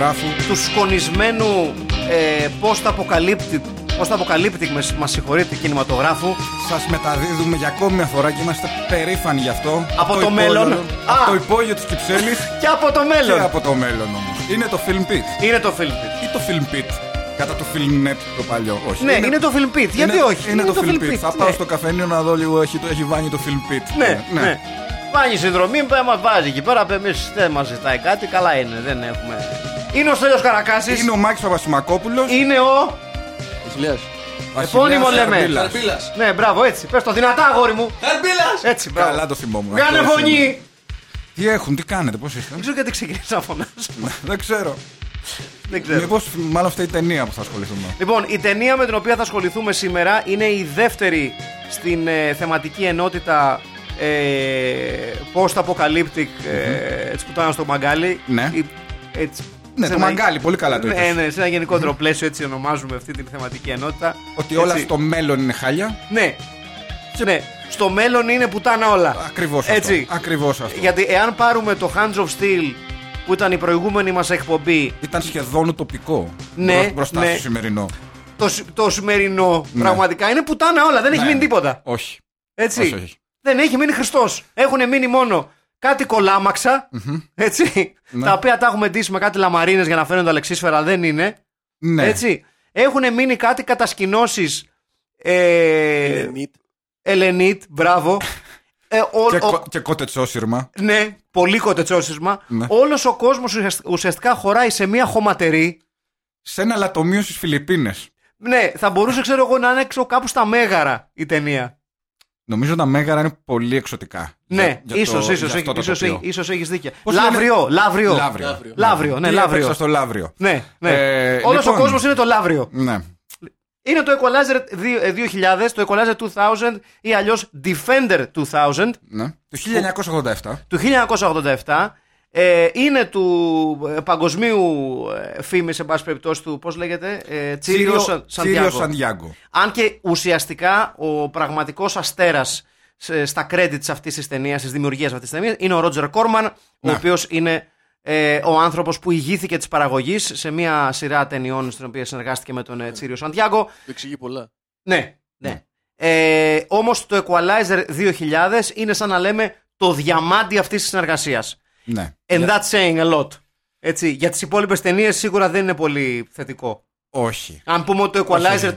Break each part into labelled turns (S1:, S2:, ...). S1: Ε. του σκονισμένου ε, post αποκαλύπτη Πώ αποκαλύπτει, με, μας συγχωρείτε, κινηματογράφου.
S2: Σας μεταδίδουμε για ακόμη μια φορά και είμαστε περήφανοι γι' αυτό.
S1: Από το, το μέλλον. Α!
S2: Από το υπόγειο της Κυψέλης.
S1: και από το μέλλον.
S2: Και από το μέλλον όμως. Είναι το Film Pit.
S1: Είναι το Film Pit.
S2: Ή το Film Pit. Κατά το Film Net το παλιό. Όχι.
S1: Ναι, είναι, είναι το Film Pit. Γιατί
S2: είναι,
S1: όχι.
S2: Είναι, είναι το, το Film Pit. Θα πάω ναι. στο καφενείο να δω λίγο. Έχει, έχει βάνει το Film Pit.
S1: Ναι, ναι. ναι. Βάνει συνδρομή, μα βάζει εκεί πέρα. Εμείς δεν μας ζητάει κάτι. Καλά είναι, δεν έχουμε. Είναι ο Στέλιος Καρακάσης
S2: Είναι ο Μάκης Παπασημακόπουλος
S1: Είναι ο...
S3: Βασιλιάς
S1: Επώνυμο λέμε
S3: Χαρμπίλας
S1: Ναι μπράβο έτσι Πες το δυνατά αγόρι μου
S3: Χαρμπίλας
S2: Ε,
S1: Έτσι μπράβο
S2: Καλά το θυμόμουν
S1: Κάνε φωνή
S2: Τι έχουν, τι κάνετε, πώς είστε
S1: Δεν ξέρω γιατί ξεκίνησα να φωνάζω
S2: Δεν ξέρω
S1: δεν ξέρω.
S2: Μήπως, μάλλον αυτή η ταινία που θα ασχοληθούμε.
S1: Λοιπόν, η ταινία με την οποία θα ασχοληθούμε σήμερα είναι η δεύτερη στην ε, θεματική ενότητα ε, post-apocalyptic ε, έτσι που το στο Μαγκάλι.
S2: Ναι.
S1: Η, έτσι,
S2: ναι, το ένα... μαγκάλι, πολύ καλά το
S1: ναι, ναι, ναι, σε ένα γενικότερο πλαίσιο έτσι ονομάζουμε αυτή την θεματική ενότητα.
S2: Ότι όλα
S1: έτσι.
S2: στο μέλλον είναι χάλια.
S1: Ναι. Και... ναι. Στο μέλλον είναι πουτάνα όλα.
S2: Ακριβώς αυτό. Ακριβώς αυτό.
S1: Γιατί εάν πάρουμε το Hands of Steel που ήταν η προηγούμενη μας εκπομπή.
S2: Ήταν σχεδόν τοπικό.
S1: Ναι,
S2: μπροστά
S1: ναι.
S2: στο σημερινό.
S1: Το, το σημερινό ναι. πραγματικά είναι πουτάνα όλα. Δεν έχει μείνει τίποτα.
S2: Ναι. Όχι.
S1: Έτσι.
S2: Όχι, όχι.
S1: Δεν έχει μείνει Χριστός. Έχουν μείνει μόνο κάτι κολάμαξα,
S2: mm-hmm.
S1: έτσι,
S2: Ναι.
S1: τα οποία τα έχουμε ντύσει με κάτι λαμαρίνες για να φαίνονται αλεξίσφαιρα, δεν είναι,
S2: Ναι.
S1: έτσι. Έχουν μείνει κάτι κατασκηνώσεις ε,
S3: Ελενίτ.
S1: Ελενίτ, μπράβο. Ε, ο-
S2: Και,
S1: ο-
S2: κο- και κοτετσόσυρμα.
S1: ναι, πολύ κοτετσόσισμα.
S2: Ναι.
S1: Όλος ο κόσμος ουσιασ- ουσιαστικά χωράει σε μια χωματερή.
S2: Σε ένα λατομείο στις Φιλιππίνες.
S1: Ναι, θα μπορούσε, ξέρω εγώ, να είναι ξέρω, κάπου στα Μέγαρα η ταινία.
S2: Νομίζω τα μέγαρα είναι πολύ εξωτικά.
S1: Ναι,
S2: Για- για
S1: ίσως,
S2: το-
S1: ίσως,
S2: για αυτό το
S1: έχει- ίσως,
S2: τοπίο.
S1: έχει- ίσως έχεις δίκιο.
S2: Πώς λένε?
S1: Λαύριο, λαύριο.
S2: Λαύριο.
S1: Λαύριο, ναι,
S2: Τι
S1: λαύριο.
S2: έπαιξα στο Λαύριο.
S1: Ναι, ναι.
S2: Ε,
S1: Όλος
S2: λοιπόν.
S1: ο κόσμος είναι το λαύριο.
S2: Ναι.
S1: Είναι το Equalizer 2000, το Equalizer 2000 ή αλλιώς Defender 2000
S2: ναι. Το 1987.
S1: του 1987. Ε, είναι του ε, παγκοσμίου ε, φήμης, σε πάση περιπτώσει, του, πώς λέγεται, ε, Τσίριο Σαν-
S2: Τσίριο
S1: Σαντιάγκο.
S2: Σαντιάγκο.
S1: Αν και ουσιαστικά ο πραγματικός αστέρας σε- στα credits αυτής της ταινίας, της δημιουργίας αυτής της ταινίας, είναι ο Ρότζερ Κόρμαν, ο
S2: Ναι.
S1: οποίος είναι ε, ο άνθρωπος που ηγήθηκε της παραγωγής σε μια σειρά ταινιών στην οποία συνεργάστηκε με τον ε, Τσίριο Σαντιάγκο.
S3: Το εξηγεί πολλά.
S1: Ναι, ναι. Ε, Όμως το Equalizer 2000 είναι σαν να λέμε το διαμάντι αυτής της συνεργασίας.
S2: Ναι.
S1: And that's saying a lot. Έτσι, για τις υπόλοιπες ταινίες σίγουρα δεν είναι πολύ θετικό.
S2: Όχι.
S1: Αν πούμε ότι το Equalizer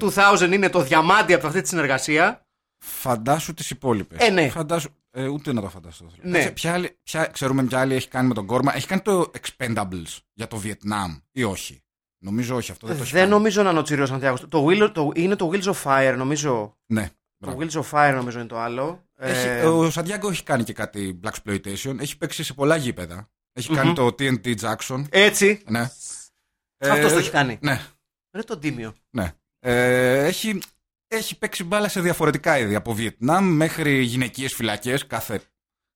S1: 2000 είναι το διαμάντι από αυτή τη συνεργασία.
S2: Φαντάσου τις υπόλοιπες.
S1: Ε, ναι.
S2: Φαντάσου... Ε, ούτε να το φανταστώ.
S1: Ναι.
S2: Κάτσε, Ποια, άλλη- ποια, ξέρουμε ποια άλλη έχει κάνει με τον Κόρμα. Έχει κάνει το Expendables για το Βιετνάμ ή όχι. Νομίζω όχι αυτό. Δεν, το έχει
S1: Δεν
S2: κάνει.
S1: νομίζω να είναι ο Τσίριο Σαντιάγος. Το, Wheel- το, είναι το Wheels of Fire, νομίζω.
S2: Ναι.
S1: Το
S2: μπράβο.
S1: Wheels of Fire, νομίζω είναι το άλλο.
S2: Έχει-
S1: Ε,
S2: Ο Σαντιάγκο έχει κάνει και κάτι Black Exploitation. Έχει παίξει σε πολλά γήπεδα. Έχει κάνει το TNT Jackson.
S1: Έτσι.
S2: Ναι.
S1: Αυτό
S2: Ε,
S1: το έχει κάνει.
S2: Ναι.
S1: Ρε το τίμιο.
S2: ναι. Ε, έχει, έχει παίξει μπάλα σε διαφορετικά είδη. Από Βιετνάμ μέχρι γυναικείες φυλακές. Κάθε,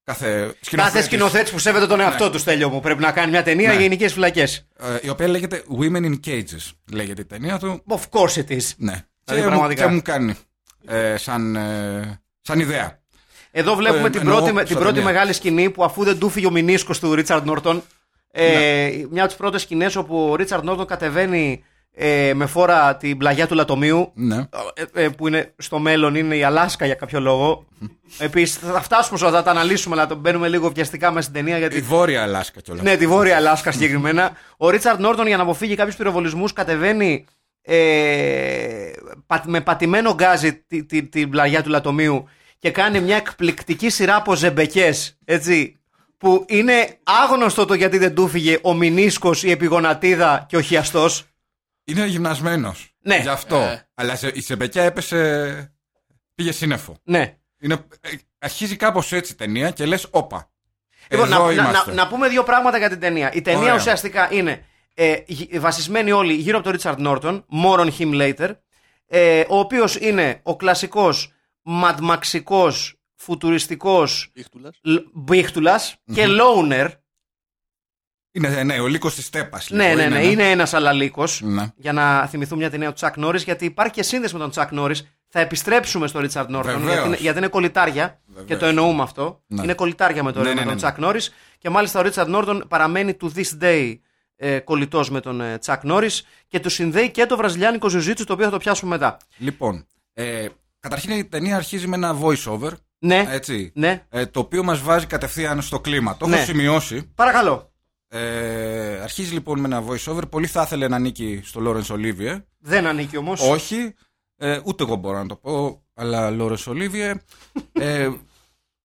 S2: κάθε
S1: Κάθε
S2: σκηνοθέτης.
S1: σκηνοθέτης που σέβεται τον εαυτό του, Στέλιο μου, πρέπει να κάνει μια ταινία
S2: Ναι.
S1: για γενικέ φυλακές.
S2: Ε, η οποία λέγεται Women in Cages. Λέγεται η ταινία του.
S1: Of course it is.
S2: Ναι.
S1: Δηλαδή,
S2: και, μου,
S1: πραγματικά.
S2: και μου κάνει. Ε, σαν, ε, σαν ιδέα.
S1: Εδώ βλέπουμε
S2: Ε,
S1: την,
S2: εννοώ
S1: πρώτη, με-
S2: στα
S1: την πρώτη
S2: ταινία.
S1: μεγάλη σκηνή που αφού δεν του φύγει ο μηνίσκος του Ρίτσαρντ Νόρτον. Ε,
S2: Ναι.
S1: Μια από τις πρώτες σκηνές όπου ο Ρίτσαρντ Νόρτον κατεβαίνει ε, με φόρα την πλαγιά του λατομείου.
S2: Ναι.
S1: ε, ε, που είναι στο μέλλον είναι η Αλάσκα για κάποιο λόγο. Επίσης θα φτάσουμε σε αυτά, τα αναλύσουμε, αλλά το μπαίνουμε λίγο βιαστικά μέσα στην ταινία.
S2: Η
S1: Γιατί...
S2: Βόρεια Αλάσκα κιόλας.
S1: Ναι, τη Βόρεια Αλάσκα συγκεκριμένα. Ο Ρίτσαρντ Νόρτον για να αποφύγει κάποιους πυροβολισμούς κατεβαίνει ε, πα- με πατημένο γκάζι τη- τη- την πλαγιά του λατομείου και κάνει μια εκπληκτική σειρά από ζεμπεκέ. Έτσι. Που είναι άγνωστο το γιατί δεν του φύγε ο Μινίσκο, η Επιγονατίδα και ο Χιαστός.
S2: Είναι γυμνασμένος.
S1: Ναι,
S2: Γι' αυτό.
S3: ε.
S2: Αλλά σε, η Σεμπεκιά έπεσε. Πήγε σύννεφο.
S1: ναι.
S2: Είναι, ε, αρχίζει κάπως έτσι η ταινία και λες, όπα.
S1: Λοιπόν,
S2: εδώ
S1: να, να,
S2: είμαστε.
S1: να, να πούμε δύο πράγματα για την ταινία. Η ταινία
S2: Ωραία.
S1: ουσιαστικά είναι ε, γυ- βασισμένη όλοι γύρω από τον Ρίτσαρντ Νόρτον, more on him later, ε, ο οποίος είναι ο κλασικός μαντμαξικός, φουτουριστικός
S3: Ήχτουλας.
S1: μπιχτουλας και loner.
S2: Είναι, ναι, ο λύκος της τέπα.
S1: Ναι, ναι, ναι, είναι ένας αλαλίκος.
S2: λοιπόν, Ναι.
S1: Για να θυμηθούμε μια ταινία του Τσακ Νόρις γιατί υπάρχει και σύνδεση με τον Τσακ Νόρις Θα επιστρέψουμε στο Ρίτσαρντ Νόρτον,
S2: Βεβαίως.
S1: γιατί, είναι- γιατί είναι κολλητάρια
S2: Βεβαίως.
S1: και το εννοούμε αυτό.
S2: Ναι.
S1: Είναι κολλητάρια με, το,
S2: Ναι,
S1: με
S2: ναι,
S1: τον
S2: ναι, ναι.
S1: Τσακ Νόρις. Και μάλιστα ο Ρίτσαρντ Νόρτον παραμένει to this day ε, κολλητός με τον ε, Τσακ Νόρις και του συνδέει και το βραζιλιάνικο ζουζίτσου το οποίο θα το πιάσουμε μετά.
S2: Λοιπόν, ε, καταρχήν η ταινία αρχίζει με ένα voice-over.
S1: Ναι,
S2: Έτσι.
S1: ναι,
S2: ε, το οποίο μας βάζει κατευθείαν στο κλίμα. Το
S1: Ναι.
S2: έχω σημειώσει.
S1: παρακαλώ.
S2: Ε, αρχίζει λοιπόν με ένα voice-over. Πολύ θα ήθελε να ανήκει στο Λόρενς Ολίβιε.
S1: Δεν ανήκει όμως.
S2: Όχι. Ε, ούτε εγώ μπορώ να το πω, αλλά Λόρε Ολίβιε. Ε,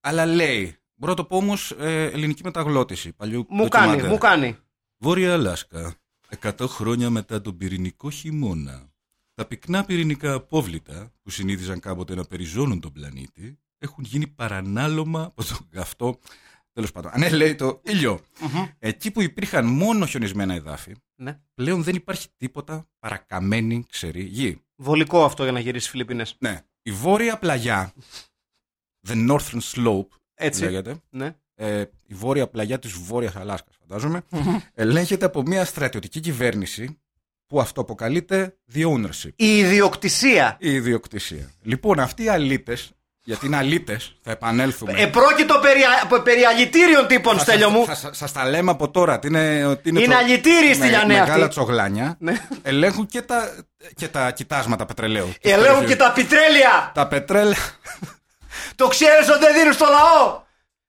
S2: αλλά λέει. Μπορώ να το πω όμως ελληνική μεταγλώτηση. Παλιού
S1: Μου
S2: ντοκιμαντέρ.
S1: κάνει, μου κάνει.
S2: Βόρεια Αλάσκα. 100 χρόνια μετά τον πυρηνικό χειμώνα. Τα πυκνά πυρηνικά απόβλητα που συνήθιζαν κάποτε να περιζώνουν τον πλανήτη έχουν γίνει παρανάλωμα από τον καυτό. Τέλος πάντων. Αν λέει το ήλιο.
S1: Μμμ.
S2: Εκεί που υπήρχαν μόνο χιονισμένα εδάφη,
S1: Ναι.
S2: πλέον δεν υπάρχει τίποτα παρακαμένη ξερή γη.
S1: Βολικό αυτό για να γυρίσεις Φιλιππίνες.
S2: Ναι. Η βόρεια πλαγιά, the northern slope,
S1: Έτσι.
S2: λέγεται,
S1: Ναι.
S2: ε, η βόρεια πλαγιά της βόρειας Αλάσκας, φαντάζομαι, ελέγχεται από μια στρατιωτική κυβέρνηση που αυτοαποκαλείται the ownership,
S1: Η ιδιοκτησία.
S2: η ιδιοκτησία. Λοιπόν, αυτοί οι αλήτες, γιατί είναι αλήτες, θα επανέλθουμε.
S1: Επρόκειτο περί, α- περί αλητήριων τύπων,
S2: Θα
S1: Ε, Στέλιο
S2: σας-
S1: μου.
S2: Θα, σας σας τα λέμε από τώρα. ότι είναι, ότι είναι,
S1: Είναι
S2: τσο-
S1: αλητήριοι στη
S2: με-
S1: Λιανέα
S2: Μεγάλα
S1: αυτή.
S2: τσογλάνια.
S1: Ναι.
S2: Ελέγχουν και τα, και τα κοιτάσματα πετρελαίου. της
S1: Ε, Ελέγχουν
S2: περιοχής.
S1: και τα πιτρέλια!
S2: Τα πετρέλα.
S1: Το ξέρεις ότι δεν δίνουν στο λαό!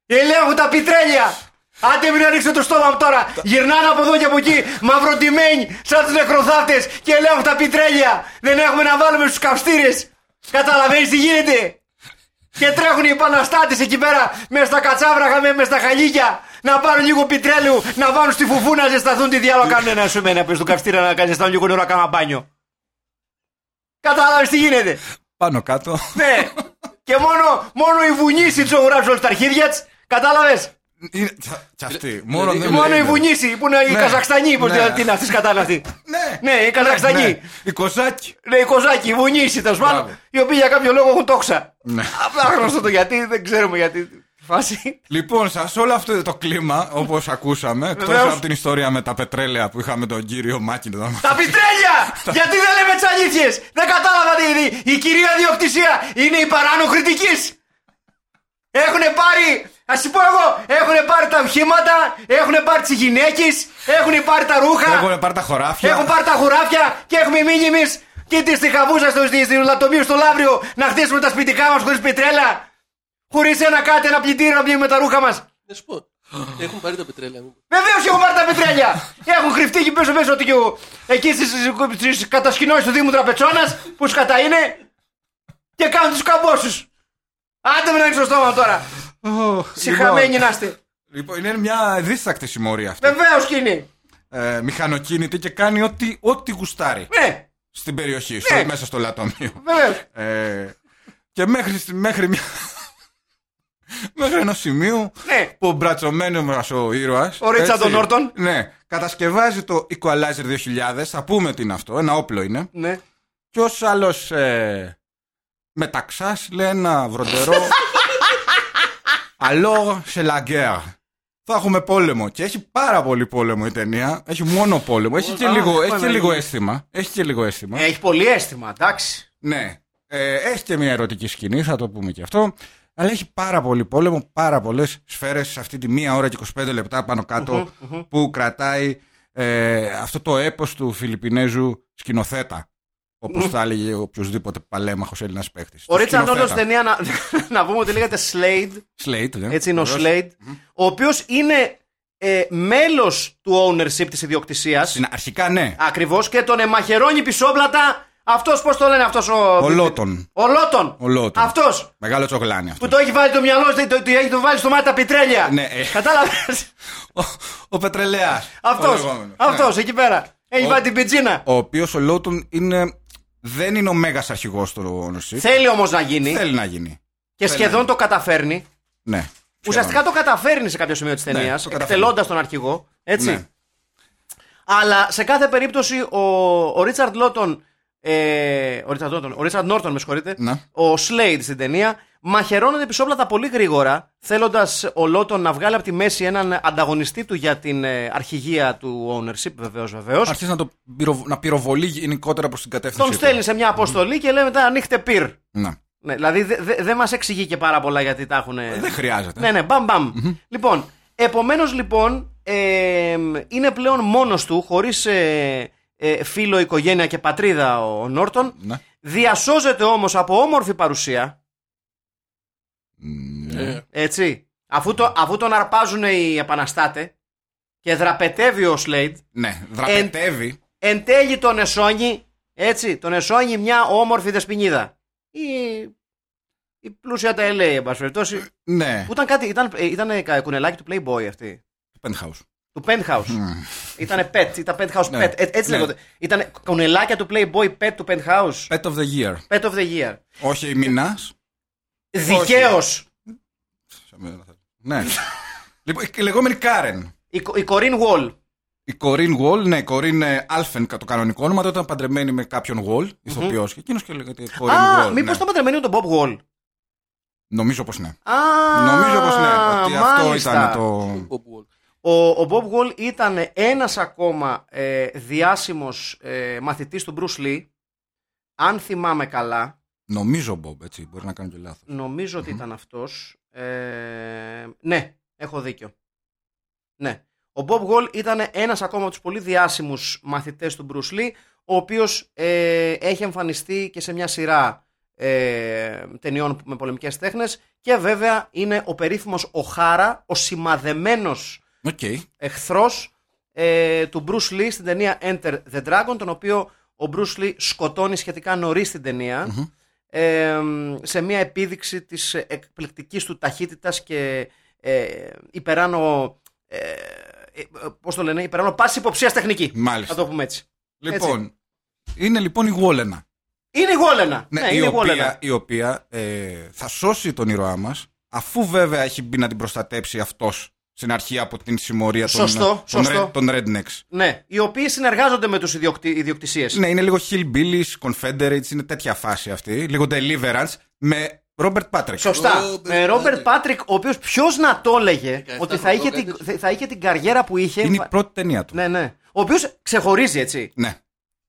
S1: Ελέγχουν τα πιτρέλια! Άντε μην ανοίξετε το στόμα μου τώρα! Γυρνάνε από εδώ και από εκεί, μαυροντημένοι, σαν τους νεκροθάφτες και ελέγχουν τα πιτρέλια! Δεν έχουμε να βάλουμε στους καυστήρες! Καταλαβαίνεις τι γίνεται! Και τρέχουν οι επαναστάτες εκεί πέρα, μέσα στα κατσάβραχα, με- μέσα στα χαλίκια, να πάρουν λίγο πιτρέλαιο, να βάλουν στη φουφού να ζεσταθούν τη διάλογο κάνουν ένα σου μένα πες του καυστήρα να ζεσταθούν λίγο νερό να κάνουν μπάνιο. Κατάλαβες τι γίνεται!
S2: Πάνω κάτω.
S1: Ναι. και μόνο, μόνο η βουνίση του αγοράζει όλα τα αρχίδια της. Κατάλαβε.
S2: Είναι- τσα- Κι αυτή. Μόνο, δεν
S1: Ε, Μόνο η
S2: είναι.
S1: βουνίση που είναι οι
S2: Ε, Ναι.
S1: Καζακστανοί. Πώς
S2: Ναι.
S1: τι είναι αυτή κατάλαβε.
S2: Ναι.
S1: Ναι, οι Καζακστανοί.
S2: Ναι. Η Κοζάκη.
S1: Ναι, οι Κοζάκοι, οι βουνίση τέλο πάντων.
S2: Μπράβο.
S1: Οι οποίοι για κάποιο λόγο έχουν τόξα.
S2: Ναι.
S1: Απλά γνωστό το γιατί, δεν ξέρουμε γιατί. τη Φάση.
S2: Λοιπόν, σας όλο αυτό το κλίμα, όπως ακούσαμε, εκτό
S1: Βεβαίως.
S2: από την ιστορία με τα πετρέλαια που είχαμε τον κύριο Μάκη εδώ.
S1: Τα πιτρέλια! γιατί δεν λέμε τις αλήθειες! Δεν κατάλαβα τι είναι. Η κυρία Διοκτησία είναι η παρανοκριτική! Έχουν πάρει, ας σου πω εγώ, έχουν πάρει τα οχήματα, έχουν πάρει τις γυναίκες, έχουν πάρει τα ρούχα.
S2: Έχουν πάρει τα χωράφια.
S1: Έχουν πάρει τα χουράφια και έχουμε μείνει εμείς και τη στη χαβούσα στο, στη- στην λατομείο στο Λαύριο να χτίσουμε τα σπιτικά μας χωρίς πετρέλα. Χωρίς ένα κάτι, ένα πλυντήριο να βγει με τα ρούχα μας.
S3: Να σου πω. Έχουν πάρει τα πετρέλαια μου.
S1: Βεβαίως έχουν πάρει τα πετρέλια. Έχουν κρυφτεί εκεί πίσω μέσα ότι και ο- εκεί στις κατασκηνώσεις του Δήμου Τραπετσόνα που σκατά είναι και κάνουν τους καμπόσους. Άντε με να ανοίξω το στόμα μου τώρα.
S2: Ω,
S1: Συχαμένοι
S2: λοιπόν.
S1: να είστε.
S2: Λοιπόν, είναι μια δίστακτη συμμορία αυτή.
S1: Βεβαίως και είναι.
S2: Ε, μηχανοκίνητη και κάνει ό,τι, ό,τι γουστάρει
S1: Ναι,
S2: στην περιοχή, στο-
S1: Ναι.
S2: μέσα στο λατομείο.
S1: βεβαίως.
S2: Ε, και μέχρι, στη- μέχρι, μια... μέχρι ενός σημείου
S1: Ναι.
S2: που ο μπρατσωμένος μας ο ήρωας.
S1: Ο Ρίτσαρντ ο Νόρτον.
S2: Ναι, κατασκευάζει το Equalizer 2000. Θα πούμε τι είναι αυτό, ένα όπλο είναι.
S1: Ναι.
S2: Και ως άλλος ε, μεταξά λέει ένα βροντερό. Alors σε la guerre. Θα έχουμε πόλεμο. Και έχει πάρα πολύ πόλεμο η ταινία. Έχει μόνο πόλεμο. Έχει και
S1: Αχ,
S2: λίγο, έχει και
S1: Παναγία.
S2: λίγο αίσθημα. Έχει και λίγο αίσθημα.
S1: Ε, Έχει πολύ αίσθημα, εντάξει.
S2: Ναι. Ε, έχει και μια ερωτική σκηνή, θα το πούμε και αυτό. Αλλά έχει πάρα πολύ πόλεμο, πάρα πολλές σφαίρες σε αυτή τη μία ώρα και 25 λεπτά πάνω κάτω,
S1: Μμμ, μμμ.
S2: που κρατάει ε, αυτό το έπος του Φιλιππινέζου σκηνοθέτα. Όπως θα έλεγε οποιοδήποτε παλέμαχος Έλληνας παίχτη.
S1: Ο Ρίτσαρντ Νόρτον στην ταινία να, να πούμε ότι λέγεται Slade.
S2: Σλέιτ, ναι.
S1: Έτσι είναι ο
S2: Βεβαίως.
S1: Slade. Ο οποίος είναι ε, μέλος του ownership της ιδιοκτησίας.
S2: Στην- Αρχικά ναι.
S1: Ακριβώς και τον εμαχαιρώνει πισόπλατα. Αυτός πώς το λένε αυτός ο.
S2: Ο Λότον.
S1: Ο Λότον.
S2: Ο Λότον.
S1: Αυτός
S2: Μεγάλο τσογλάνι αυτός.
S1: που το έχει βάλει το μυαλό, του, το, το έχει του βάλει στο μάτι τα πιτρέλια.
S2: Ναι, ε.
S1: Κατάλαβες.
S2: Ο, ο Πετρελαίας.
S1: αυτός. Αυτός εκεί πέρα. Έχει
S2: ναι. Ο-
S1: βάλει την πιτζίνα.
S2: ο οποίος ο Λότον είναι Δεν είναι ο μέγας αρχηγός του νοσί.
S1: Θέλει όμως να γίνει
S2: Θέλει να γίνει.
S1: και
S2: θέλει
S1: σχεδόν
S2: να-
S1: το καταφέρνει.
S2: Ναι.
S1: Ουσιαστικά το καταφέρνει σε κάποιο σημείο της ταινία,
S2: το καταφέρνει.
S1: εκτελώντας τον αρχηγό. Έτσι.
S2: Ναι.
S1: Αλλά σε κάθε περίπτωση ο, ο Ρίτσαρντ Λότον. Ε, ο Ρίτσαρντ Λότον, ο Ρίτσαρντ Νόρτον, με συγχωρείτε.
S2: Ναι.
S1: Ο Σλέιντ στην ταινία. Μαχαιρώνεται τα πολύ γρήγορα, θέλοντας ο Λότον να βγάλει από τη μέση έναν ανταγωνιστή του για την ε, αρχηγία του ownership, βεβαίως, βεβαίως.
S2: Αρχίζει να, το πυρο... να πυροβολεί γενικότερα προς την κατεύθυνση.
S1: Τον
S2: του.
S1: στέλνει σε μια αποστολή και λέει μετά ανοίχτε πυρ.
S2: Ναι.
S1: Ναι, δηλαδή δεν δε, δεν μας εξηγεί και πάρα πολλά γιατί τα έχουν.
S2: Δεν χρειάζεται.
S1: Ναι, ναι, μπαμ, μπαμ. Λοιπόν, επομένως λοιπόν ε, είναι πλέον μόνος του, χωρίς ε, ε, φίλο, οικογένεια και πατρίδα ο, ο Νόρτον.
S2: Ναι.
S1: Διασώζεται όμως από όμορφη παρουσία. Ναι.
S2: Ναι.
S3: Ε,
S1: Έτσι. Αφού, το, αφού τον αρπάζουν οι επαναστάτες και δραπετεύει ο Σλέιντ,
S2: Ναι. Δραπετεύει.
S1: εν τέλει τον εσώνει, έτσι, τον εσώνει μια όμορφη δεσποινίδα. Η, η πλούσια τα LA, εν πάση περιπτώσει.
S2: Ναι.
S1: Που ήταν κάτι, ήταν, ήταν κουνελάκι του Playboy αυτή.
S2: Penthouse.
S1: Του Penthouse. Ήτανε pet, ήταν Penthouse
S2: Ναι.
S1: pet. Ε, Έτσι
S2: Ναι.
S1: λέγονται. Ήταν κουνελάκια του Playboy pet του Penthouse.
S2: Pet of the year.
S1: Pet of the year.
S2: Όχι η μηνάς.
S1: Δικαίως.
S2: Ναι. λοιπόν, η λεγόμενη Κάρεν.
S1: Η, Κο- η Corinne Wall.
S2: Η Κορίν Γουόλ, ναι, Κορίν ε, Άλφεν, το κανονικό όνομα, τότε ήταν παντρεμένη με κάποιον Γουόλ, ηθοποιό. Και εκείνος και λέγεται Κορίν
S1: Α,
S2: Γουόλ.
S1: μήπως
S2: ναι.
S1: ήταν παντρεμένο με τον Bob Wall.
S2: Νομίζω πως ναι.
S1: Α,
S2: Νομίζω πως ναι. Ότι αυτό
S1: μάλιστα.
S2: ήταν το.
S3: Bob Wall.
S1: Ο, ο Bob Wall ήταν ένας ακόμα ε, διάσημος ε, μαθητής του Bruce Lee. Αν θυμάμαι καλά,
S2: Νομίζω Μπομπ, έτσι. Μπορεί να κάνω και λάθος.
S1: νομίζω ότι ήταν αυτός. Ε, ναι, έχω δίκιο. Ναι. Ο Bob Wall ήταν ένας ακόμα από τους πολύ διάσημους μαθητές του Bruce Lee, ο οποίος ε, έχει εμφανιστεί και σε μια σειρά ε, ταινιών με πολεμικές τέχνες και βέβαια είναι ο περίφημος ο Χάρα, ο σημαδεμένος
S2: Οκ.
S1: εχθρός ε, του Bruce Lee στην ταινία Enter the Dragon, τον οποίο ο Bruce Lee σκοτώνει σχετικά νωρίς στην ταινια ε, σε μια επίδειξη της εκπληκτικής του ταχύτητας και ε, υπεράνω ε, ε, πώς το λένε, υπεράνω πάση υποψίας τεχνική.
S2: Μάλιστα.
S1: Θα το πούμε έτσι.
S2: Λοιπόν, είναι λοιπόν η Γουόλενα.
S1: Είναι η Γόλενα. Ναι,
S2: η,
S1: είναι η Γόλενα.
S2: οποία, η οποία ε, θα σώσει τον ήρωά μας, αφού βέβαια έχει μπει να την προστατέψει αυτός στην αρχή από την συμμορία των,
S1: Σωστό,
S2: των,
S1: σωστό.
S2: Red- των Rednecks.
S1: Ναι, οι οποίοι συνεργάζονται με τους ιδιοκτη... ιδιοκτησίες.
S2: Ναι, είναι λίγο Hillbillies, Confederates, είναι τέτοια φάση αυτή. Λίγο Deliverance με Robert Patrick.
S1: Σωστά.
S3: Robert
S1: Ε, Ρόμπερτ
S3: Patrick.
S1: Πάτρικ, ο οποίος ποιος να το έλεγε
S3: 17
S1: ότι θα είχε,
S3: χρονών,
S1: την,
S3: κάτι
S1: θα είχε την καριέρα που είχε.
S2: Είναι η πρώτη ταινία του.
S1: Ναι, ναι. Ο οποίος ξεχωρίζει, έτσι.
S2: Ναι.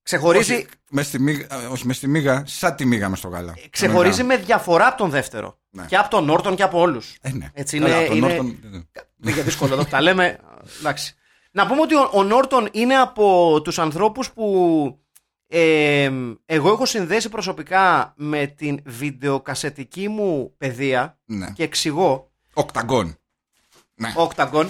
S1: Ξεχωρίζει,
S2: Όχι, μες στη μύγα- ε, όχι, μες στη μίγα, σαν τη μίγα μες στο γάλα.
S1: Ε, ξεχωρίζει
S2: Μίγα.
S1: με διαφορά από τον δεύτερο.
S2: Ναι.
S1: Και από τον Νόρτον και από όλους.
S2: Ε, ναι.
S1: Έτσι
S2: Καλά,
S1: είναι-
S2: τον
S1: είναι-
S2: Norton-
S1: Δεν είναι δύσκολο εδώ που τα λέμε. Εντάξει. Να πούμε ότι ο- ο Νόρτον είναι από τους ανθρώπους που ε, εγώ έχω συνδέσει προσωπικά με την βιντεοκασετική μου παιδεία
S2: Ναι.
S1: και εξηγώ
S2: Οκταγκόν.
S1: Octagon.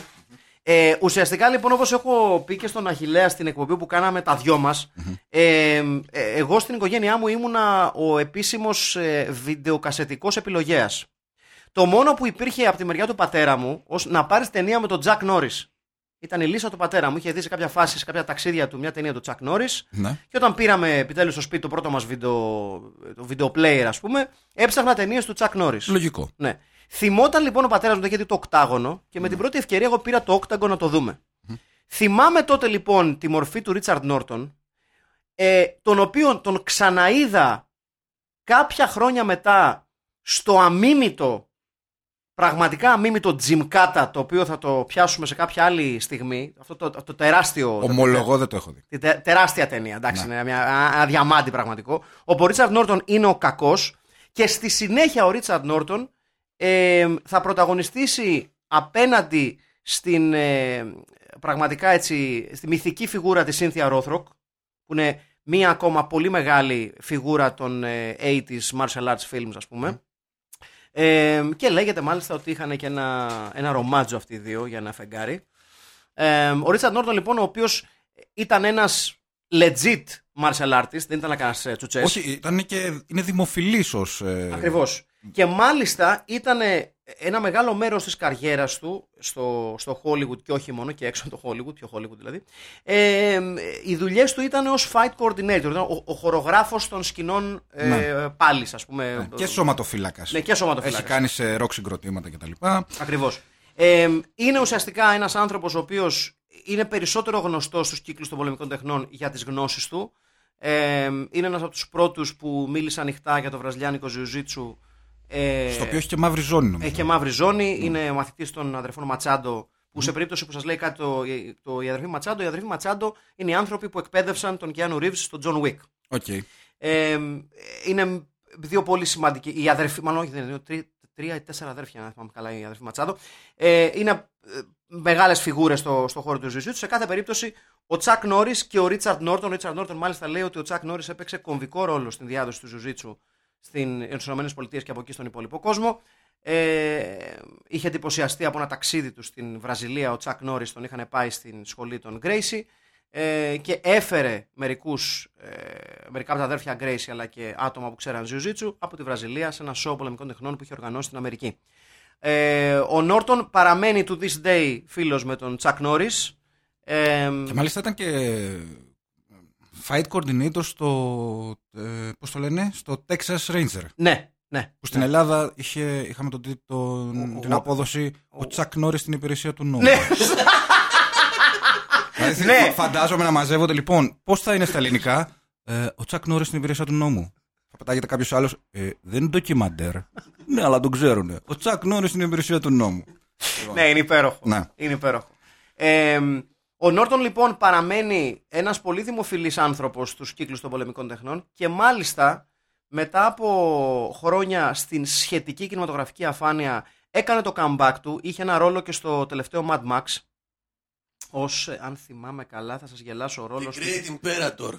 S1: Ε, ουσιαστικά λοιπόν όπως έχω πει και στον Αχιλέα στην εκπομπή που κάναμε τα δυο μας ε, ε, εγώ στην οικογένειά μου ήμουνα ο επίσημος ε, βιντεοκασετικός επιλογέας. Το μόνο που υπήρχε από τη μεριά του πατέρα μου ως να πάρεις ταινία με τον Τζακ Νόρις. Ήταν η λύσα του πατέρα μου. Είχε δει σε κάποια φάση, σε κάποια ταξίδια του, μια ταινία του Τζακ Νόρις
S2: Ναι.
S1: και όταν πήραμε επιτέλους στο σπίτι το πρώτο μας βίντεο, το video player, ας πούμε, έψαχνα ταινίες του Τσακ Νόρις.
S2: Λογικό.
S1: Ναι. Θυμόταν λοιπόν ο πατέρας μου το είχε δει το οκτάγωνο και με την πρώτη ευκαιρία εγώ πήρα το οκτάγκο να το δούμε. Θυμάμαι τότε λοιπόν τη μορφή του Ρίτσαρντ Νόρτον, ε, τον οποίο τον ξαναείδα κάποια χρόνια μετά στο αμίμητο, πραγματικά αμίμητο τζιμκάτα, το οποίο θα το πιάσουμε σε κάποια άλλη στιγμή, αυτό το, το τεράστιο...
S2: Ομολογώ δεν το έχω δει.
S1: Τη τε- τεράστια ταινία, εντάξει, είναι μια, ένα αδιαμάντη πραγματικό. Ο Ρίτσαρντ Νόρτον είναι ο κακός και στη συνέχεια ο Ρίτσαρντ Νόρτον ε, θα πρωταγωνιστήσει απέναντι στην ε, πραγματικά έτσι, στη μυθική φιγούρα της Cynthia Rothrock που είναι μία ακόμα πολύ μεγάλη φιγούρα των ε, 80s martial arts films ας πούμε. Ε, και λέγεται μάλιστα ότι είχαν και ένα, ένα ρομάτζο αυτοί οι δύο για ένα φεγγάρι. Ε, ο Ρίτσαρντ Νόρτον λοιπόν ο οποίος ήταν ένας legit martial artist, δεν ήταν ε, κανένα τσουτσές.
S2: Όχι, ήταν και. είναι ε, δημοφιλής ως.
S1: Ακριβώς. Και μάλιστα ήταν ένα μεγάλο μέρος της καριέρας του στο, στο Hollywood και όχι μόνο και έξω από το Hollywood, πιο Hollywood δηλαδή. Ε, οι δουλειές του ήταν ως fight coordinator, ήταν ο, ο χορογράφος των σκηνών ε,
S2: Ναι.
S1: πάλι, ας πούμε.
S2: Ε, Και σωματοφύλακας.
S1: Ναι, και σωματοφύλακας.
S2: Έχει κάνει σε ροκ συγκροτήματα κτλ.
S1: Ακριβώς. Ε, είναι ουσιαστικά ένας άνθρωπος ο οποίος είναι περισσότερο γνωστός στους κύκλους των πολεμικών τεχνών για τις γνώσεις του. Ε, είναι ένας από τους πρώτους που μίλησε ανοιχτά για το βραζιλιάνικο Jiu-Jitsu. Ε,
S2: Στο οποίο έχει και μαύρη ζώνη νομίζω.
S1: έχει Ε, και μαύρη ζώνη. Είναι μαθητής των αδερφών Ματσάντο. Που σε περίπτωση που σας λέει κάτι το, το, οι αδερφοί Ματσάντο, οι αδερφοί Ματσάντο είναι οι άνθρωποι που εκπαίδευσαν τον Κιάνου Ρίβ στον Τζον Wick.
S2: Οκ.
S1: Ε, είναι δύο πολύ σημαντικοί. Οι αδερφοί, μάλλον όχι, δεν είναι. Τρία, τρία ή τέσσερα αδέρφια, αν θυμάμαι καλά, οι αδερφοί Ματσάδο. Ε, είναι μεγάλες φιγούρες στο, στο χώρο του Ζουζίτσου. Σε κάθε περίπτωση, ο Τσακ Νόρις και ο Ρίτσαρντ Νόρτον. Ο Ρίτσαρντ Νόρτον, μάλιστα, λέει ότι ο Τσακ Νόρις έπαιξε κομβικό ρόλο στην διάδοση του Ζουζίτσου στην ΗΠΑ και από εκεί στον υπόλοιπο κόσμο. Ε, είχε εντυπωσιαστεί από ένα ταξίδι του στην Βραζιλία. Ο Τσακ Νόρις τον είχαν πάει στην σχολή των Γκρέισι ε, και έφερε μερικούς, ε, μερικά από τα αδέρφια Γκρέισι αλλά και άτομα που ξέραν Ζιουζίτσου από τη Βραζιλία σε ένα σοου πολεμικών τεχνών που είχε οργανώσει στην Αμερική. Ε, ο Νόρτον παραμένει to this day φίλος με τον Τσακ Νόρις. Ε,
S2: Και μάλιστα ήταν και ε, fight coordinator στο. Ε, Πώς το λένε, στο Texas Ranger.
S1: ναι, ναι.
S2: Που στην Ελλάδα είχε, είχαμε τον τίτλο, την
S1: ο-
S2: απόδοση Ο Τσακ Νόρι στην υπηρεσία του νόμου.
S1: Ναι.
S2: Δηλαδή,
S1: Ναι.
S2: Φαντάζομαι να μαζεύονται λοιπόν. Πώς θα είναι στα ελληνικά ε, Ο Τσακ Νόρι στην υπηρεσία του νόμου. Θα πετάγεται κάποιος άλλος. Ε, δεν είναι ντοκιμαντέρ. ναι, αλλά τον ξέρουν. Ο Τσακ Νόρι στην υπηρεσία του νόμου.
S1: Ναι, είναι υπέροχο.
S2: Ναι.
S1: Είναι υπέροχο. Ε, ο Νόρτον λοιπόν παραμένει ένας πολύ δημοφιλής άνθρωπος στους κύκλους των πολεμικών τεχνών και μάλιστα μετά από χρόνια στην σχετική κινηματογραφική αφάνεια έκανε το comeback του, είχε ένα ρόλο και στο τελευταίο Mad Max ως, ε, αν θυμάμαι καλά, θα σας γελάσω ο
S3: The
S1: ρόλος του.
S3: Great Imperator.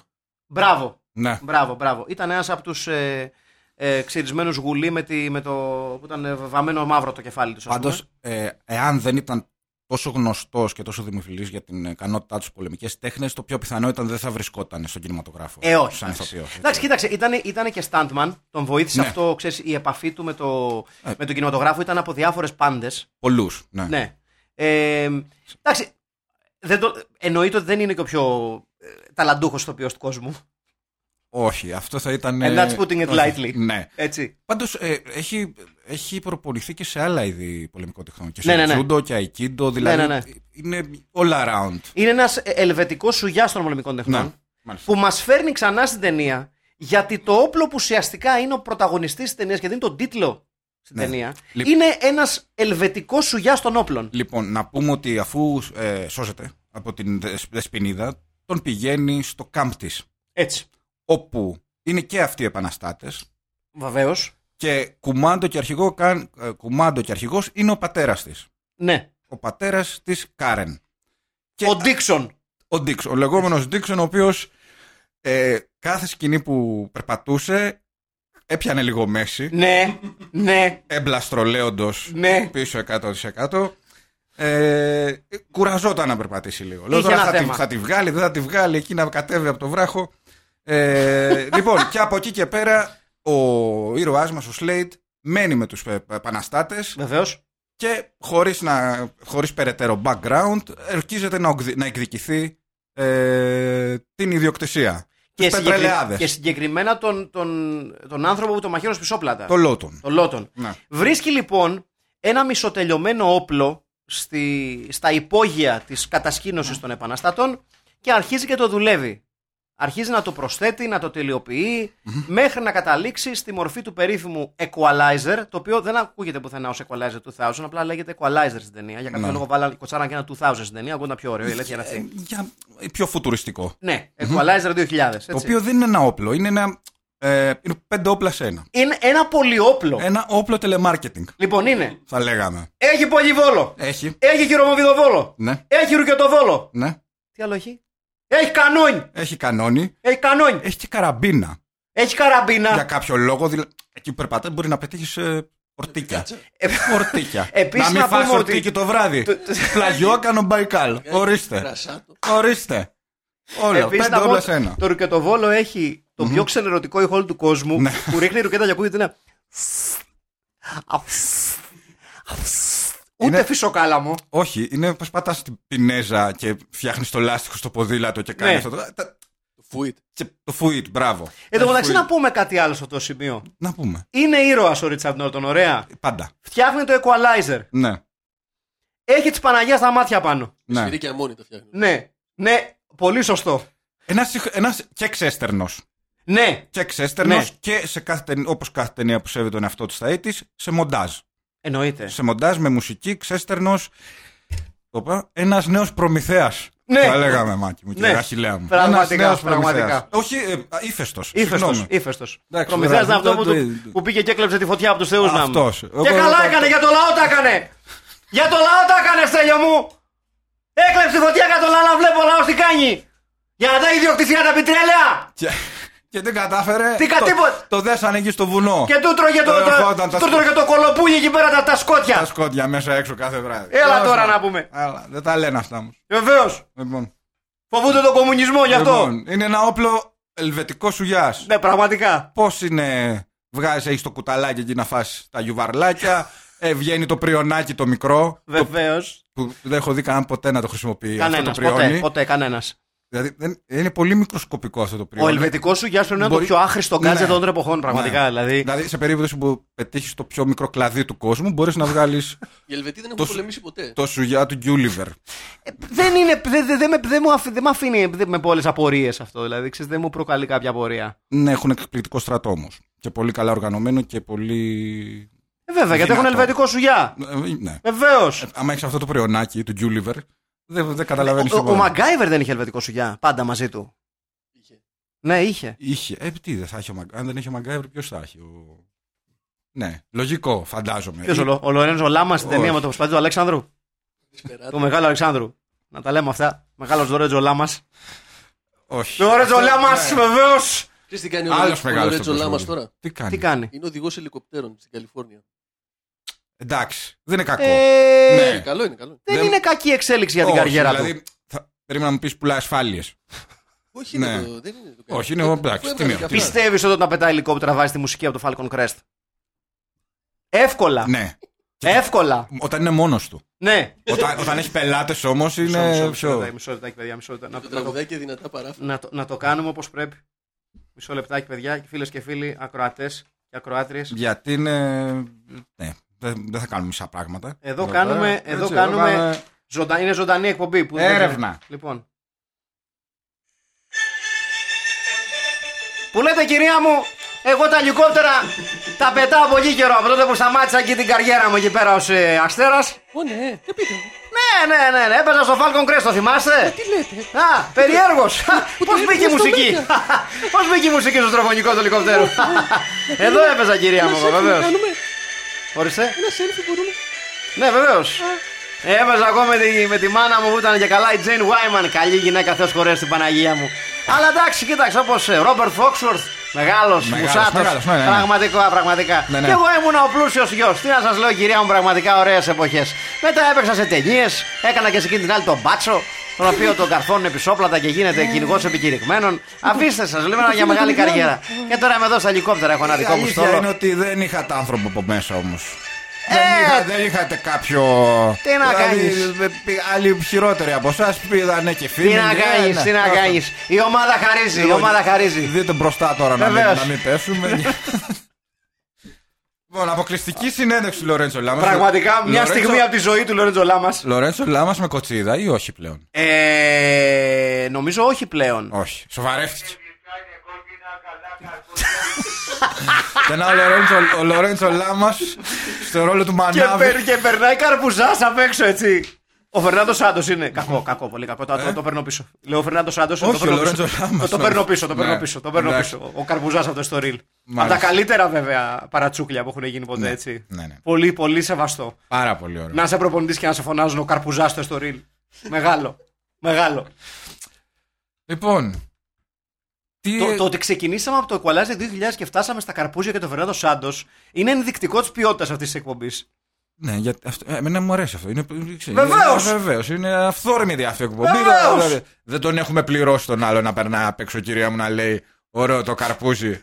S1: Μπράβο,
S2: Ναι.
S1: Μπράβο, μπράβο. Ήταν ένας από τους ε, ε, ξυρισμένους γουλί με, τη, με το. που ήταν ε, βαμμένο μαύρο το κεφάλι τους.
S2: Πάντω, ε, εάν δεν ήταν τόσο γνωστός και τόσο δημοφιλής για την ικανότητά τους στι πολεμικές τέχνες, το πιο πιθανό ήταν δεν θα βρισκόταν στον κινηματογράφο.
S1: Ε, όχι.
S2: Σαν
S1: εντάξει.
S2: ηθοποιός, έτσι.
S1: Εντάξει, κοίταξε, ήταν, ήταν και stuntman. Τον βοήθησε
S2: Ναι. Ε.
S1: αυτό, ξέρεις, η επαφή του με, το, με τον κινηματογράφο. Ήταν από διάφορες πάντες.
S2: Πολλούς. Ναι.
S1: Ναι. Ε, εντάξει. Δεν το, εννοείται ότι δεν είναι και ο πιο ε, ταλαντούχος ηθοποιός του κόσμου.
S2: Όχι, αυτό θα ήταν.
S1: And
S2: ε,
S1: that's putting it
S2: όχι.
S1: lightly.
S2: Ναι.
S1: Έτσι.
S2: Πάντως έχει, έχει προπονηθεί και σε άλλα είδη πολεμικών τεχνών. Και σε
S1: Ναι, ναι, ναι.
S2: τζούντο και αϊκίντο. Δηλαδή
S1: Ναι, ναι, ναι.
S2: είναι all around.
S1: Είναι ένας ε, ελβετικός σουγιάς των πολεμικών τεχνών.
S2: Ναι. Μάλιστα.
S1: που μας φέρνει ξανά στην ταινία. Γιατί το όπλο που ουσιαστικά είναι ο πρωταγωνιστής της ταινίας και δίνει τον τίτλο στην
S2: Ναι.
S1: ταινία
S2: Λοιπόν.
S1: είναι ένας ελβετικός σουγιάς των όπλων.
S2: Λοιπόν, να πούμε ότι αφού ε, σώζεται από την δεσ- δεσποινίδα, τον πηγαίνει στο κάμπ της.
S1: Έτσι.
S2: Όπου είναι και αυτοί οι επαναστάτες.
S1: Βεβαίως.
S2: Και κουμάντο και, αρχηγό, καν, ε, κουμάντο και αρχηγός είναι ο πατέρας της.
S1: Ναι.
S2: Ο πατέρας της Κάρεν. Και-
S1: Ο Ντίξον.
S2: Ο Ντίξ, ο λεγόμενος Ντίξον, ο οποίος ε, κάθε σκηνή που περπατούσε έπιανε λίγο μέση.
S1: Ναι. Ναι.
S2: εμπλαστρολέοντος
S1: Ναι.
S2: πίσω 100%. Ε, κουραζόταν να περπατήσει λίγο. Λέω
S1: Είχε
S2: τώρα
S1: ένα
S2: θα τη,
S1: θέμα.
S2: θα τη βγάλει, δεν θα τη βγάλει εκεί να κατέβει από το βράχο. Ε, λοιπόν, και από εκεί και πέρα ο ήρωάς μας, ο Σλέιτ, μένει με τους ε, επαναστάτες
S1: Βεβαίως.
S2: και χωρίς, να, χωρίς περαιτέρω background ερκίζεται να, οκδι- να εκδικηθεί ε, την ιδιοκτησία.
S1: Και,
S2: Τους πετρελαιάδες.
S1: και συγκεκριμένα τον, τον, τον άνθρωπο που τον μαχαίρωσε πισόπλατα.
S2: Το Λότον.
S1: τον Λότον.
S2: Ναι.
S1: Βρίσκει λοιπόν ένα μισοτελειωμένο όπλο στη, στα υπόγεια της κατασκήνωσης των επαναστατών και αρχίζει και το δουλεύει. Αρχίζει να το προσθέτει, να το τελειοποιεί, μέχρι να καταλήξει στη μορφή του περίφημου Equalizer, το οποίο δεν ακούγεται πουθενά ως Equalizer 2000, απλά λέγεται Equalizer στην ταινία. Για κάποιο
S2: Ναι.
S1: λόγο βάλαν κοτσάραν και ένα 2000 στην ταινία, ακούγονταν πιο ωραίο, η αλήθεια είναι
S2: Ε,
S1: αυτή.
S2: για, πιο φουτουριστικό.
S1: Ναι, Equalizer 2000. έτσι.
S2: Το οποίο δεν είναι ένα όπλο, είναι, ένα, ε, είναι πέντε όπλα σε ένα.
S1: Είναι ένα πολυόπλο.
S2: Ένα όπλο telemarketing,
S1: Λοιπόν, είναι.
S2: θα λέγαμε.
S1: Έχει πολυβόλο.
S2: Έχει,
S1: Έχει χειρομοβιδοβόλο.
S2: ναι,
S1: Έχει ρουκετοβόλο.
S2: ναι.
S1: Τι άλλο έχει. Έχει κανόνι!
S2: Έχει κανόνι,
S1: Έχει κανόνι!
S2: έχει και καραμπίνα.
S1: Έχει καραμπίνα!
S2: Για κάποιο λόγο, δηλα... εκεί που περπατά μπορεί να πετύχεις ε, ορτίκια.
S3: Κάτσε.
S2: ορτίκια.
S1: Επίσης
S2: να
S1: να
S2: μην φας
S1: πούμε
S2: ορτίκι
S1: ότι-
S2: το βράδυ.
S1: Το- το-
S2: Ε. Πλαγιόκανο Μπαϊκάλ. Ορίστε.
S3: Κρασάτο.
S2: Ορίστε. Όλα.
S1: Επίσης,
S2: Πέντε
S1: να πω
S2: όλα
S1: ότι
S2: σε ένα.
S1: Το ρουκετοβόλο έχει το πιο ξενερωτικό ηχόλ του κόσμου
S2: Ναι.
S1: που ρίχνει ρουκέτα και ακούγεται ένα. Ούτε
S2: Είναι-
S1: φυσοκάλαμο.
S2: Όχι, είναι πώ πατάς την πινέζα και φτιάχνεις το λάστιχο στο ποδήλατο και κάνει
S1: Ναι.
S2: αυτό. το- τα-
S3: Φουίτ.
S2: και Το φουίτ, μπράβο.
S1: Εν τω μεταξύ,
S2: Φουίτ.
S1: να πούμε κάτι άλλο σε αυτό το σημείο.
S2: Να πούμε.
S1: Είναι ήρωα ο Ρίτσαρντ Νόρτον, ωραία.
S2: Πάντα.
S1: Φτιάχνει το equalizer.
S2: Ναι.
S1: Έχει τη Παναγία στα μάτια πάνω.
S2: ναι.
S3: Σφυρί και αμόνι το φτιάχνουν.
S1: Ναι, ναι, πολύ σωστό.
S2: Ένας, συχ- ένας και ξέστερνος.
S1: Ναι,
S2: Και ξέστερνος
S1: Ναι.
S2: και σε κάθε ταινία, όπως κάθε ταινία που σέβεται τον εαυτό της στα έτη, σε μοντάζ.
S1: εννοείται.
S2: Σε μοντάζ με μουσική, ξέστερνος. Ένας νέος προμηθέας.
S1: Ναι.
S2: Θα λέγαμε, μάκι μου και
S1: Ναι.
S2: Αχιλέα μου.
S1: Πραγματικά,
S2: Ένας νέος
S1: πραγματικά.
S2: Προμηθέας. Όχι, ε, ύφεστος.
S1: Ήφεστο. Ήφεστο.
S2: Εντάξει,
S1: Προμηθέας
S2: τώρα,
S1: είναι αυτό
S2: δεν
S1: που,
S2: το-
S1: του- που πήγε και έκλεψε τη φωτιά από τους Θεούς να μου.
S2: Αυτός.
S1: Και
S2: Εγώ-
S1: καλά έκανε, για το λαό τα έκανε. Για το λαό τα έκανε, στέλιο μου. Έκλεψε τη φωτιά για το λαό να βλέπω ο λαός τι κάνει. Για να τα ιδιοκτησία τα πιτρέλαια.
S2: Και, και δεν κατάφερε.
S1: Τι κα-
S2: το,
S1: τίποτα.
S2: το δέσανε εκεί στο βουνό.
S1: Και του τρώγε το,
S2: Τώρα
S1: το,
S2: ερχόταν τα-
S1: του τρώγε το κολοπούλι εκεί πέρα τα, τα
S2: Τα
S1: σκότια.
S2: σκότια μέσα έξω κάθε βράδυ.
S1: Έλα
S2: Τέλος
S1: τώρα
S2: πάντων.
S1: να πούμε.
S2: Έλα, δεν τα λένε αυτά μου.
S1: Βεβαίως.
S2: Λοιπόν,
S1: Φοβούνται τον κομμουνισμό γι' αυτό.
S2: λοιπόν, είναι ένα όπλο ελβετικό σουγιά.
S1: Ναι, πραγματικά.
S2: Πώς είναι, βγάζεις, έχεις το κουταλάκι εκεί να φας τα γιουβαρλάκια. ε, βγαίνει το πριονάκι το μικρό. το,
S1: Βεβαίως.
S2: που δεν έχω δει κανέναν ποτέ να το χρησιμοποιεί
S1: Κανένα.
S2: αυτό το πριόνι.
S1: Ποτέ, ποτέ κανένας.
S2: Δηλαδή δεν, είναι πολύ μικροσκοπικό αυτό το
S1: Ο
S2: πριόνι.
S1: ελβετικός σου γεια σου είναι το
S2: Μπορεί-
S1: πιο άχρηστο
S2: Ναι.
S1: γκάτζετ των εποχών, πραγματικά.
S2: Ναι.
S1: Δηλαδή.
S2: Δηλαδή σε περίπτωση που πετύχεις το πιο μικρό κλαδί του κόσμου, μπορείς να βγάλεις
S3: Οι Ελβετοί δεν
S2: Το
S3: έχουν
S2: σ-
S3: πολεμήσει ποτέ.
S2: το σουγιά του Γκιούλιβερ.
S1: Ε, Δεν είναι. Δεν δε, δε, με- δε μου αφ- δε με αφήνει δε- με πολλές απορίες αυτό. Δηλαδή, ξέρεις, δεν μου προκαλεί κάποια απορία.
S2: Ναι, έχουν εκπληκτικό στρατό όμως. Και πολύ καλά οργανωμένο και πολύ.
S1: Ε, βέβαια, γιατί
S2: Δυνατό.
S1: έχουν ελβετικό σουγιά.
S2: Ε, Ναι.
S1: Βεβαίως.
S2: Άμα έχεις αυτό το πριονάκι του Γκιούλιβερ, δεν, δεν καταλαβαίνει
S1: Ε, Ο, ο, Μαγκάιβερ δεν είχε ελβετικό σουγιά. Πάντα μαζί του.
S3: Είχε.
S1: Ναι, είχε.
S2: Είχε. Ε, τι δεν θα έχει ο Μαγκ- Αν δεν έχει ο Μαγκάιβερ, ποιος θα έχει. Ο... Ναι, λογικό, φαντάζομαι.
S1: Ποιος ο, Λο- ο Λορένζο Λάμας στην ταινία
S2: Όχι.
S1: με το προσπαθή του Αλέξανδρου. Του
S3: Δεσπεράτο.
S1: μεγάλου Αλεξάνδρου. Να τα λέμε αυτά. Μεγάλος Λορέντζο Λάμας.
S2: Όχι.
S1: Λορέντζο
S2: Αυτό-
S1: Λάμα,
S2: ναι.
S1: βεβαίως.
S3: Ξέρεις τι κάνει
S2: Άλλος
S3: ο
S2: μεγάλος
S3: Λορέτζο
S2: στον
S3: Λάμα
S2: κόσμο.
S3: τώρα.
S2: Τι κάνει.
S1: Τι κάνει.
S3: Είναι οδηγός ελικοπτέρων στην Καλιφόρνια.
S2: Εντάξει, δεν είναι κακό.
S1: Ε,
S2: Ναι.
S3: Καλό είναι, καλό. είναι.
S1: Δεν
S2: Δεν-
S1: είναι κακή εξέλιξη για την
S2: Όχι,
S1: καριέρα του.
S2: δηλαδή, Θα... Περίμενα να μου πεις πουλά ασφάλειες.
S3: Όχι, είναι
S2: Ναι.
S3: το, δεν είναι το καλό.
S2: Όχι, είναι
S3: Δεν-
S2: ο- εντάξει,
S3: αφού
S2: τι
S3: έβγαλε
S2: μείον.
S3: και αυτά.
S1: Πιστεύεις ότι όταν πετάει ελικόπτερα βάζει τη μουσική από το Falcon Crest. Εύκολα.
S2: ναι.
S1: Εύκολα.
S2: Όταν είναι μόνος του.
S1: Ναι.
S2: όταν, όταν έχει πελάτες όμως
S1: Μισό, μισό,
S2: είναι.
S1: μισό λεπτάκι,
S2: πιο...
S1: Μισό λεπτάκι, παιδιά. Μισό λεπτά. Να,
S3: Το
S1: να το,
S3: τραγουδάκι δυνατά παράφρα.
S1: να, το, να το κάνουμε όπως πρέπει. Μισό λεπτάκι, παιδιά. Φίλες και φίλοι, ακροατές και ακροάτριες.
S2: Γιατί είναι. Ναι, δεν, δεν θα κάνουμε μισά πράγματα.
S1: Εδώ κάνουμε-
S2: πέρα.
S1: εδώ κάνουμε-
S2: κάνουμε-
S1: Ζωντα... Είναι ζωντανή εκπομπή. Που δεν-
S2: Έρευνα.
S1: Λοιπόν. Που λέτε, κυρία μου, εγώ τα ελικόπτερα τα πετάω από εκεί καιρό. Από τότε που σταμάτησα και την καριέρα μου εκεί πέρα ως ε, αστέρας.
S3: Ω, ναι, δεν πείτε μου.
S1: Ναι, ναι, ναι, ναι. Έπαιζα στο Falcon Crest, το θυμάστε.
S3: Τι λέτε.
S1: Α, περίεργο! Πώ
S3: το
S1: μπήκε η
S3: έβγαλε στα
S1: μουσική!
S3: μάτια.
S1: Πώς μπήκε η μουσική στο στροφονικό του ελικόπτερου! Εδώ έπαιζα, κυρία μου,
S3: Ένα selfie
S1: βεβαίως.
S3: Κάνουμε
S1: Ορίστε.
S3: ένα selfie μπορούμε.
S1: Ναι, βεβαίως. Έπαιζα εγώ με τη, με τη μάνα μου που ήταν και καλά η Τζέιν Βάιμαν. Καλή γυναίκα, Θεός χωρέας στην Παναγία μου. Αλλά εντάξει, κοίταξε ε, όπω Ρόμπερτ Φόξουρθ, μεγάλος
S2: Μεγάλος,
S1: μουσάτος.
S2: μεγάλος, ναι, ναι, ναι.
S1: Πραγματικά, πραγματικά.
S2: Ναι, ναι.
S1: Και εγώ ήμουνα ο πλούσιος γιος. Τι να σας λέω, κυρία μου, πραγματικά ωραίες εποχές. Μετά έπαιξα σε ταινίες, έκανα και σε εκείνη την άλλη τον μπάτσο. Τον οποίο τον καρφώνουν επισόπλατα και γίνεται κυνηγός επικηρυγμένων. Αφήστε σας, λέμε για μεγάλη καριέρα. Και τώρα είμαι εδώ στα ελικόπτερα, έχω ένα
S2: Η
S1: δικό μου
S2: αλήθεια είναι
S1: στόλο.
S2: ότι δεν είχατε άνθρωπο από μέσα όμως.
S1: Ε,
S2: δεν, είχα, δεν είχατε κάποιο.
S1: Τι να κάνεις.
S2: δε- πη- Άλλοι χειρότεροι από εσάς πήγανε και φίλοι.
S1: Τι να
S2: και-
S1: κάνεις,
S2: ναι,
S1: τι να
S2: αυτό.
S1: κάνεις. Η ομάδα χαρίζει, η
S2: Λοιπόν,
S1: ομάδα χαρίζει.
S2: Δείτε μπροστά τώρα να μην,
S1: Βεβαίως.
S2: να μην πέσουμε. λοιπόν, αποκλειστική συνέντευξη Λορέντσο Λάμας.
S1: Πραγματικά μια στιγμή από τη ζωή του Λόρεντζο Λάμας.
S2: Λορέντσο Λάμας με κοτσίδα ή όχι πλέον.
S1: Ε, νομίζω όχι πλέον.
S2: Όχι. Σοβαρεύτηκε. Και ένα Λορέντσο- ο Λορέντσο Λάμας στο ρόλο του
S1: Και,
S2: Μανάβη.
S1: περ- και περνάει καρπουζάς απ' έξω έτσι. Ο Φερνάντο Σάντος είναι. Κακό, κακό, πολύ κακό. Το, το, το παίρνω πίσω. Λέω ο Φερνάντο Σάντος.
S2: Ε. Όχι,
S1: το
S2: ο
S1: παίρνω
S2: Λορέντζο
S1: πίσω.
S2: Λάμας,
S1: Το, το παίρνω
S2: όμως.
S1: πίσω, το παίρνω
S2: Ναι.
S1: πίσω. Το παίρνω
S2: Εντάξει.
S1: πίσω. Ο καρπουζά αυτό στο ριλ. Από τα
S2: Μάλιστα.
S1: καλύτερα βέβαια παρατσούκλια που έχουν γίνει ποτέ έτσι.
S2: Ναι, ναι.
S1: Πολύ, πολύ σεβαστό.
S2: Πάρα πολύ ωραίο.
S1: Να είσαι προπονητής και να σε φωνάζουν ο καρπουζάς στο ιστορίλ. Μεγάλο. Μεγάλο.
S2: Λοιπόν. Τι... ε-
S1: Το, το ότι ξεκινήσαμε από το Equalizer 2000 και φτάσαμε στα καρπούζια και το Φερνάντο Σάντος είναι ενδεικτικό της ποιότητας αυτής της εκπομπής.
S2: Ναι, για, αυτό, ε, εμένα μου αρέσει αυτό. Είναι, ξέρεις,
S1: Βεβαίως!
S2: ε, βεβαίως. Είναι αυθόρμητη αυτή η εκπομπή.
S1: Βεβαίως!
S2: Δηλαδή, Δεν τον έχουμε πληρώσει τον άλλο να περνά απ' έξω, κυρία μου, να λέει Ωραίο το καρπούζι.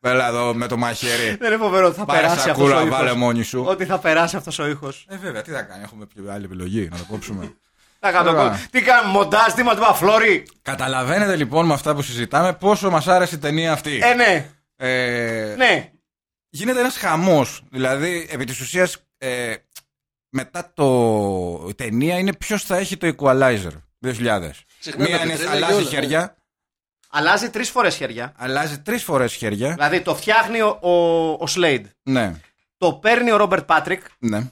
S2: Έλα εδώ με το μαχαίρι.
S1: Δεν είναι φοβερό ότι θα
S2: Πάρε
S1: περάσει αυτός ο
S2: σακούλα, βάλε
S1: ήχος.
S2: μόνη σου.
S1: Ότι θα περάσει αυτός ο ήχος.
S2: Ε, βέβαια, τι θα κάνει, έχουμε πιο άλλη επιλογή να το κόψουμε.
S1: Τα κάνω
S2: Ωραία.
S1: κόλλο. Τι κάνουμε, μοντάζ, τι μα είπα, φλόρι.
S2: Καταλαβαίνετε λοιπόν με αυτά που συζητάμε πόσο μας άρεσε η ταινία αυτή.
S1: Ε, ναι,
S2: Ε,
S1: ναι.
S2: Γίνεται ένας χαμός. Δηλαδή, επί της ουσίας, ε, μετά το η ταινία είναι ποιος θα έχει το equalizer 2000.
S3: Ξεχνάμε
S2: Μία
S3: τα
S2: είναι,
S3: πετρέλαια
S2: αλλάζει
S3: και όλα,
S2: χέρια,
S1: Αλλάζει τρεις φορές χέρια.
S2: αλλάζει τρεις φορές χέρια.
S1: Δηλαδή το φτιάχνει ο, ο, ο Slade.
S2: Ναι,
S1: Το παίρνει ο Ρόμπερτ Πάτρικ.
S2: ναι,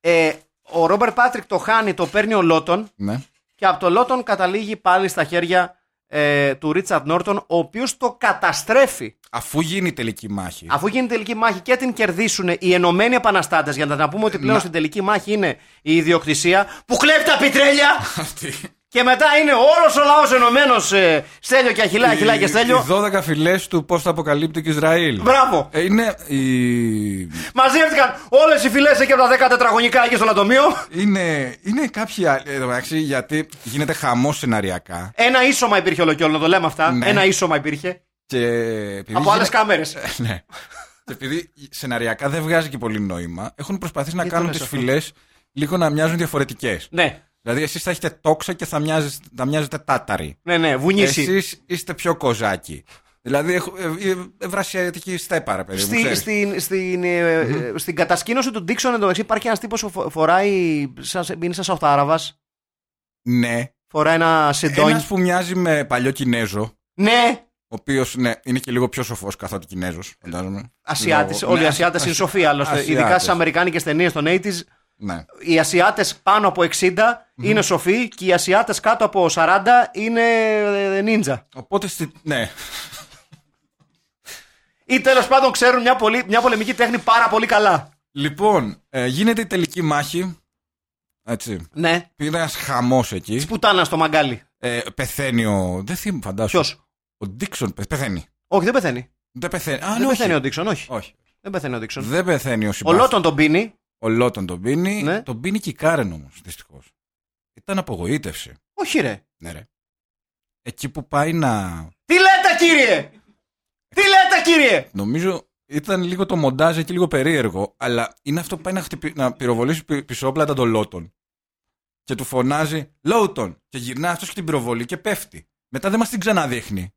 S1: Ε, ο Ρόμπερτ Πάτρικ το χάνει, το παίρνει ο Λότον.
S2: ναι.
S1: Και από το Λότον καταλήγει πάλι στα χέρια ε, του Ρίτσαρτ Νόρτον, ο οποίος το καταστρέφει.
S2: Αφού γίνει η τελική μάχη.
S1: Αφού γίνει η τελική μάχη και την κερδίσουν οι Ενωμένοι Επαναστάτες, για να, να πούμε ότι πλέον
S2: Να.
S1: στην τελική μάχη είναι η ιδιοκτησία που κλέβει τα πιτρέλια
S2: Αυτή.
S1: και μετά είναι όλος ο λαός ενωμένος. Ε, στέλιο και αχυλά, αχυλά και
S2: Οι- Οι
S1: στέλιο.
S2: 12 φυλές του πώ θα αποκαλύπτει και Ισραήλ.
S1: Μπράβο!
S2: Ε, Είναι, η-
S1: Μαζεύτηκαν όλες οι φυλές εκεί από τα 10 τετραγωνικά εκεί στο λατομείο.
S2: είναι, είναι κάποιοι άλλοι. Εδώ μεταξύ, γιατί γίνεται χαμός σεναριακά.
S1: Ένα ίσωμα υπήρχε ολοκιόλο, το λέμε αυτά.
S2: Ναι.
S1: Ένα ίσωμα υπήρχε.
S2: Και επειδή
S1: από άλλες
S2: γίνεται-
S1: κάμερες.
S2: ναι. Και επειδή σεναριακά δεν βγάζει και πολύ νόημα, έχουν προσπαθήσει να
S1: το
S2: κάνουν
S1: λες
S2: τις
S1: αυτό?
S2: φυλές λίγο να μοιάζουν διαφορετικές.
S1: ναι,
S2: Δηλαδή, εσείς θα έχετε τόξα και θα μοιάζεστε, θα μοιάζετε τάταροι.
S1: ναι, ναι, βουνίσει.
S2: Εσείς είστε πιο κοζάκι. Δηλαδή, έχω- ε, ε, ευρασιατική στέπα, ρε παιδί μου.
S1: Στη,
S2: ξέρεις.
S1: στην, στην, ε, ε, στην κατασκήνωση του Ντίξον εντωμεταξύ υπάρχει ένας τύπος που φο- φοράει. Σαν, είναι σαν Σαουθάραβα.
S2: Ναι.
S1: Φοράει ένα
S2: Ένα
S1: σεντόνι.
S2: που μοιάζει με παλιό Κινέζο,
S1: Ναι!
S2: ο οποίος ναι, είναι και λίγο πιο σοφός καθότι Κινέζος, φαντάζομαι.
S1: Ασιάτες.
S2: Λόγω-
S1: Όλοι οι
S2: ναι,
S1: Ασιάτες
S2: ασ-
S1: είναι σοφοί άλλωστε.
S2: Ασιάτες.
S1: Ειδικά στις Αμερικάνικες ταινίες των 80s.
S2: Ναι.
S1: Οι Ασιάτες πάνω από 60 είναι σοφοί και οι Ασιάτες κάτω από 40 είναι ε, νίντζα.
S2: Οπότε στη... Ναι.
S1: Ή τέλος πάντων ξέρουν μια, πολύ, μια πολεμική τέχνη πάρα πολύ καλά.
S2: Λοιπόν, ε, γίνεται η τελική μάχη. Έτσι.
S1: Ναι.
S2: Πήγαινε ένας χαμός εκεί.
S1: Της πουτάνας στο μαγκάλι.
S2: Ε, πεθαίνει ο. Δεν θυμάμαι,
S1: Ποιο.
S2: φαντάζομαι. Ο Ντίξον πε- πεθαίνει.
S1: Όχι, δεν πεθαίνει.
S2: Δεν πεθαίνει. Α,
S1: δεν
S2: ναι, όχι.
S1: πεθαίνει ο Ντίξον, όχι.
S2: όχι.
S1: Δεν πεθαίνει ο Ντίξον.
S2: Δεν πεθαίνει ο
S1: Ο
S2: συμπάθη.
S1: Λότον τον πίνει.
S2: Ο Λότον τον πίνει.
S1: Ναι.
S2: Τον πίνει και η Κάρεν όμως, δυστυχώς. Ήταν απογοήτευση.
S1: Όχι, ρε.
S2: Ναι, ρε. Εκεί που πάει να.
S1: Τι λέτε, κύριε! Τι λέτε, κύριε!
S2: Νομίζω ήταν λίγο το μοντάζ εκεί λίγο περίεργο, αλλά είναι αυτό που πάει να, χτυπη... να πυροβολήσει πι- πισόπλατα τον Λότον. Και του φωνάζει Λότον. Και γυρνά αυτός και την πυροβολεί και πέφτει. Μετά δεν μας την ξαναδείχνει.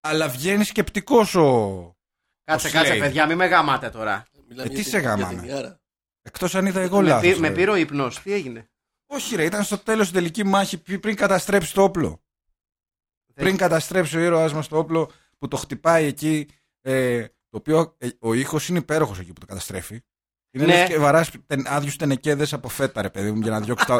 S2: Αλλά βγαίνει σκεπτικός ο.
S1: Κάτσε,
S2: Ο
S1: κάτσε,
S2: Slade.
S1: παιδιά, μην με γαμάτε τώρα.
S3: Μιλάμε
S2: Ε, τι
S3: για την-
S2: σε γαμάμε.
S3: για την Ιάρα.
S2: Εκτός αν είδα εγώ
S1: με,
S2: λάθος.
S1: πή- με πήρε ο ύπνος. Τι έγινε.
S2: Όχι, ρε, ήταν στο τέλος στην τελική μάχη πι- πριν καταστρέψει το όπλο.
S1: Δεν-
S2: Πριν καταστρέψει ο ήρωάς μας το όπλο που το χτυπάει εκεί. Ε, το οποίο ε, ο ήχος είναι υπέροχος εκεί που το καταστρέφει. Είναι
S1: Ναι.
S2: λες και βαράς άδειους τενεκέδες από φέτα, ρε παιδί μου, για να διώξει τα,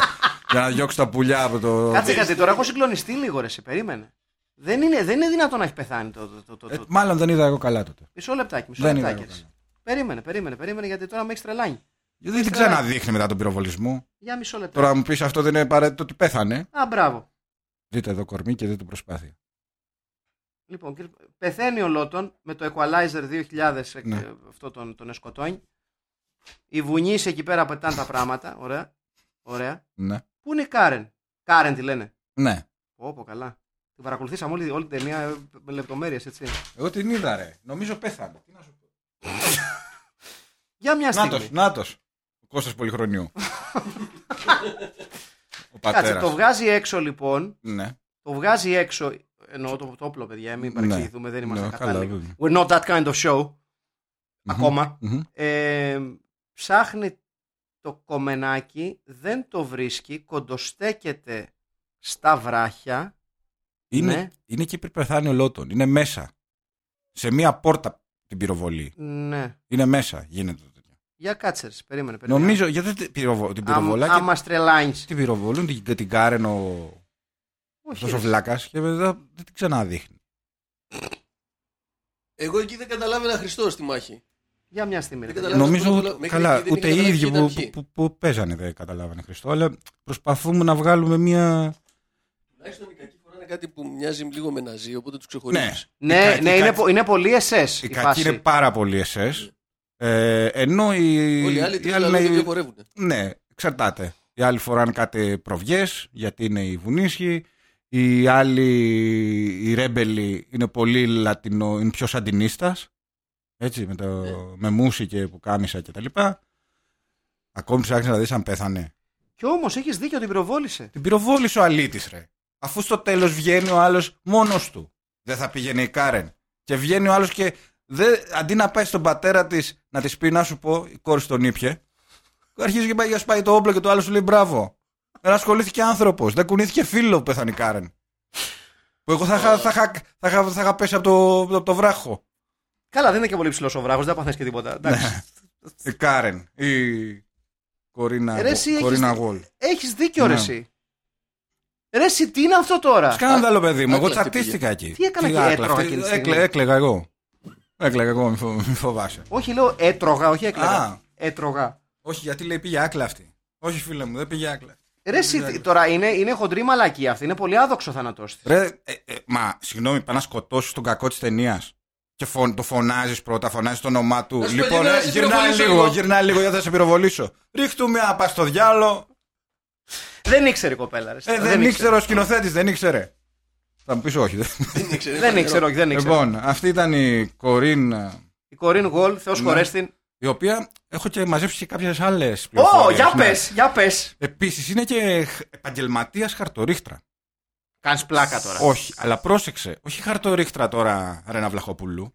S2: για να διώξει τα πουλιά από το.
S1: Κάτσε, κάτσε, τώρα έχω συγκλονιστεί λίγο, ρε, σε περίμενε. Δεν είναι, δεν είναι δυνατόν να έχει πεθάνει το. το, το, το,
S2: Ε,
S1: το-
S2: μάλλον δεν είδα εγώ καλά τότε.
S1: Μισό λεπτάκι, μισό
S2: δεν
S1: λεπτάκι.
S2: είδα
S1: ρε.
S2: καλά.
S1: Περίμενε, περίμενε, περίμενε, γιατί τώρα με έχει τρελάνει.
S2: Δεν την ξαναδείχνει μετά τον πυροβολισμό.
S1: Για μισό λεπτό.
S2: Τώρα μου πεις αυτό δεν είναι απαραίτητο ότι πέθανε.
S1: Α, μπράβο.
S2: Δείτε εδώ κορμί και δείτε την προσπάθεια.
S1: Λοιπόν, κύριε- πεθαίνει ο Λότον με το Equalizer 2000, εκ-
S2: Ναι.
S1: ε, αυτό τον, τον εσκοτώνει. Η βουνή εκεί πέρα πετάνε τα πράγματα. Ωραία. Ωραία.
S2: Ναι.
S1: Πού είναι η Κάρεν. Κάρεν τη λένε.
S2: ναι.
S1: Όπω καλά. Την παρακολουθήσαμε όλη, όλη την ταινία ε, με λεπτομέρειες, έτσι.
S2: Εγώ την είδα, ρε. Νομίζω πέθανε. Τι να σου πω.
S1: Για μια στιγμή.
S2: Νάτος, νάτος. Ο Κώστας Πολυχρονιού. ο
S1: Κάτσε,
S2: πατέρας.
S1: το βγάζει έξω λοιπόν.
S2: Ναι.
S1: Το βγάζει έξω. Εννοώ το, το όπλο, παιδιά. Μην
S2: Ναι.
S1: παρεξηγηθούμε, δεν είμαστε
S2: Ναι, καλά,
S1: κατάλληλοι.
S2: βέβαια.
S1: We're not that kind of show. Ακόμα.
S2: Μμμ.
S1: Ε, ψάχνει το κομμενάκι, δεν το βρίσκει, κοντοστέκεται στα βράχια.
S2: Είναι,
S1: Ναι.
S2: είναι και πριν πεθάνει ο Λότον. Είναι μέσα. Σε μία πόρτα την πυροβολή.
S1: Ναι.
S2: Είναι μέσα. Γίνεται το τέτοιο.
S1: Για κάτσερς, περίμενε. περίμενε.
S2: Νομίζω, γιατί την, πυροβο... την πυροβολά και
S1: Αν μα τρελάνει.
S2: την πυροβολούν, την, την κάρεν ο, αυτός ο βλάκας και μετά δεν την ξαναδείχνει.
S3: Εγώ εκεί δεν καταλάβαινα Χριστό στη μάχη.
S1: Για μια στιγμή. ρε
S3: Δεν
S1: παιδιά.
S3: Καλά,
S2: Νομίζω
S3: αυτό
S2: ότι-
S3: το λέω, μέχρι
S2: καλά,
S3: εκεί δεν
S2: ούτε οι
S3: είχα
S2: ίδιοι
S3: καταλάβει
S2: που, που,
S3: ποιοι ήταν
S2: που, που παίζανε δεν καταλάβανε Χριστό, αλλά προσπαθούμε να βγάλουμε μία.
S3: Τουλάχιστον οι κακοί φοράνε κάτι που μοιάζει λίγο με ναζί, οπότε του ξεχωρίζεις.
S1: Ναι,
S2: Η
S1: ναι,
S2: κακή-
S1: είναι, πο- είναι πολύ SS
S2: Η
S1: η
S2: κακή
S1: φάση.
S2: είναι πάρα πολύ εσέ. Ε, ενώ οι,
S3: Όλοι οι άλλοι τρεις λαλούν
S2: είναι-
S3: και δύο χορεύουν.
S2: Ναι, εξαρτάται. Οι άλλοι φοράνε κάτι προβιές, γιατί είναι οι βουνίσχοι. Οι άλλοι, οι ρέμπελοι, είναι πολύ λατινο, είναι πιο σαντινίστας. Έτσι, με, το,
S3: Ναι.
S2: με μουσι και πουκάμισα κτλ. Ακόμη ψάχνει να δεις αν πέθανε.
S1: Κι όμως έχεις δίκιο, την πυροβόλησε.
S2: Την πυροβόλησε ο αλήτης, ρε. Αφού στο τέλος βγαίνει ο άλλος μόνος του. Δεν θα πήγαινε η Κάρεν. Και βγαίνει ο άλλος και δεν, αντί να πάει στον πατέρα της να της πει να σου πω, η κόρη τον ήπια. Αρχίζει και πάει για σπάει το όπλο και το άλλο σου λέει μπράβο. Δεν ασχολήθηκε άνθρωπος. Δεν κουνήθηκε φίλο που πέθανε η Κάρεν. Που εγώ θα είχα θα, είχα- θα, είχα- θα είχα πέσει από το, από το βράχο.
S1: Καλά, δεν είναι και πολύ ψηλός ο βράχος, δεν παθαίνεις και
S2: Ναι.
S1: τίποτα. Εντάξει.
S2: Η Κάρεν. Η Κορίνα,
S1: Ε, Ρε, εσύ έχεις-
S2: Κορίνα Γουόλ.
S1: Έχεις δίκιο, ρε
S2: Ναι.
S1: εσύ. Ρε εσύ, τι είναι αυτό τώρα.
S2: Σκάνδαλο, παιδί μου. Εγώ
S3: άκλαστη
S2: τσατίστηκα εκεί.
S1: Τι έκανα και
S2: άκλαστη.
S1: έτρωγα εκείνη τη στιγμή.
S2: Έκλε- Έκλαιγα εγώ. Έκλαιγα εγώ, μη φο- μη φοβάσαι.
S1: Όχι, λέω έτρωγα, όχι
S2: Α.
S1: έκλαιγα. Έτρωγα.
S2: Όχι, γιατί λέει πήγε άκλα αυτή. Όχι, φίλε μου, δεν πήγε άκλα.
S1: Ρε εσύ,
S2: Έτρωγα.
S1: τι- τώρα είναι, είναι χοντρή μαλακία αυτή. Είναι πολύ άδοξο θάνατός της.
S2: Ρε, ε, ε, μα συγγνώμη, πά να σκοτώσεις τον κακό της ταινίας. Και φων, το φωνάζεις πρώτα, φωνάζεις το όνομά του.
S3: Να σου πω,
S2: Λοιπόν,
S3: γυρνά,
S2: ε,
S3: να σε
S2: γυρνά
S3: πυροβολήσω
S2: λίγο,
S3: λίγο.
S2: γυρνά λίγο, γιατί θα σε πυροβολήσω. Ρίχτου μια πα στο διάλο.
S1: Δεν ήξερε η κοπέλα. Ρε.
S2: Ε, δεν, ήξερε ο σκηνοθέτης, δεν ήξερε. Θα μου πεις όχι. δεν-
S3: Δεν ήξερε.
S1: Δεν ήξερε, όχι, δεν ήξερε.
S2: λοιπόν, αυτή ήταν η Κορίν
S1: Η Κορίν Γολ, Θεός
S2: Ναι.
S1: χωρέ την.
S2: η οποία έχω και μαζέψει και κάποιες άλλες
S1: Ω, για
S2: Ναι.
S1: πες, για πες.
S2: Επίσης είναι και επαγγελματίας χαρτορίχτρα.
S1: Κάνεις πλάκα τώρα.
S2: Όχι, αλλά πρόσεξε, όχι χαρτορίχτρα τώρα, Ρένα Βλαχοπούλου.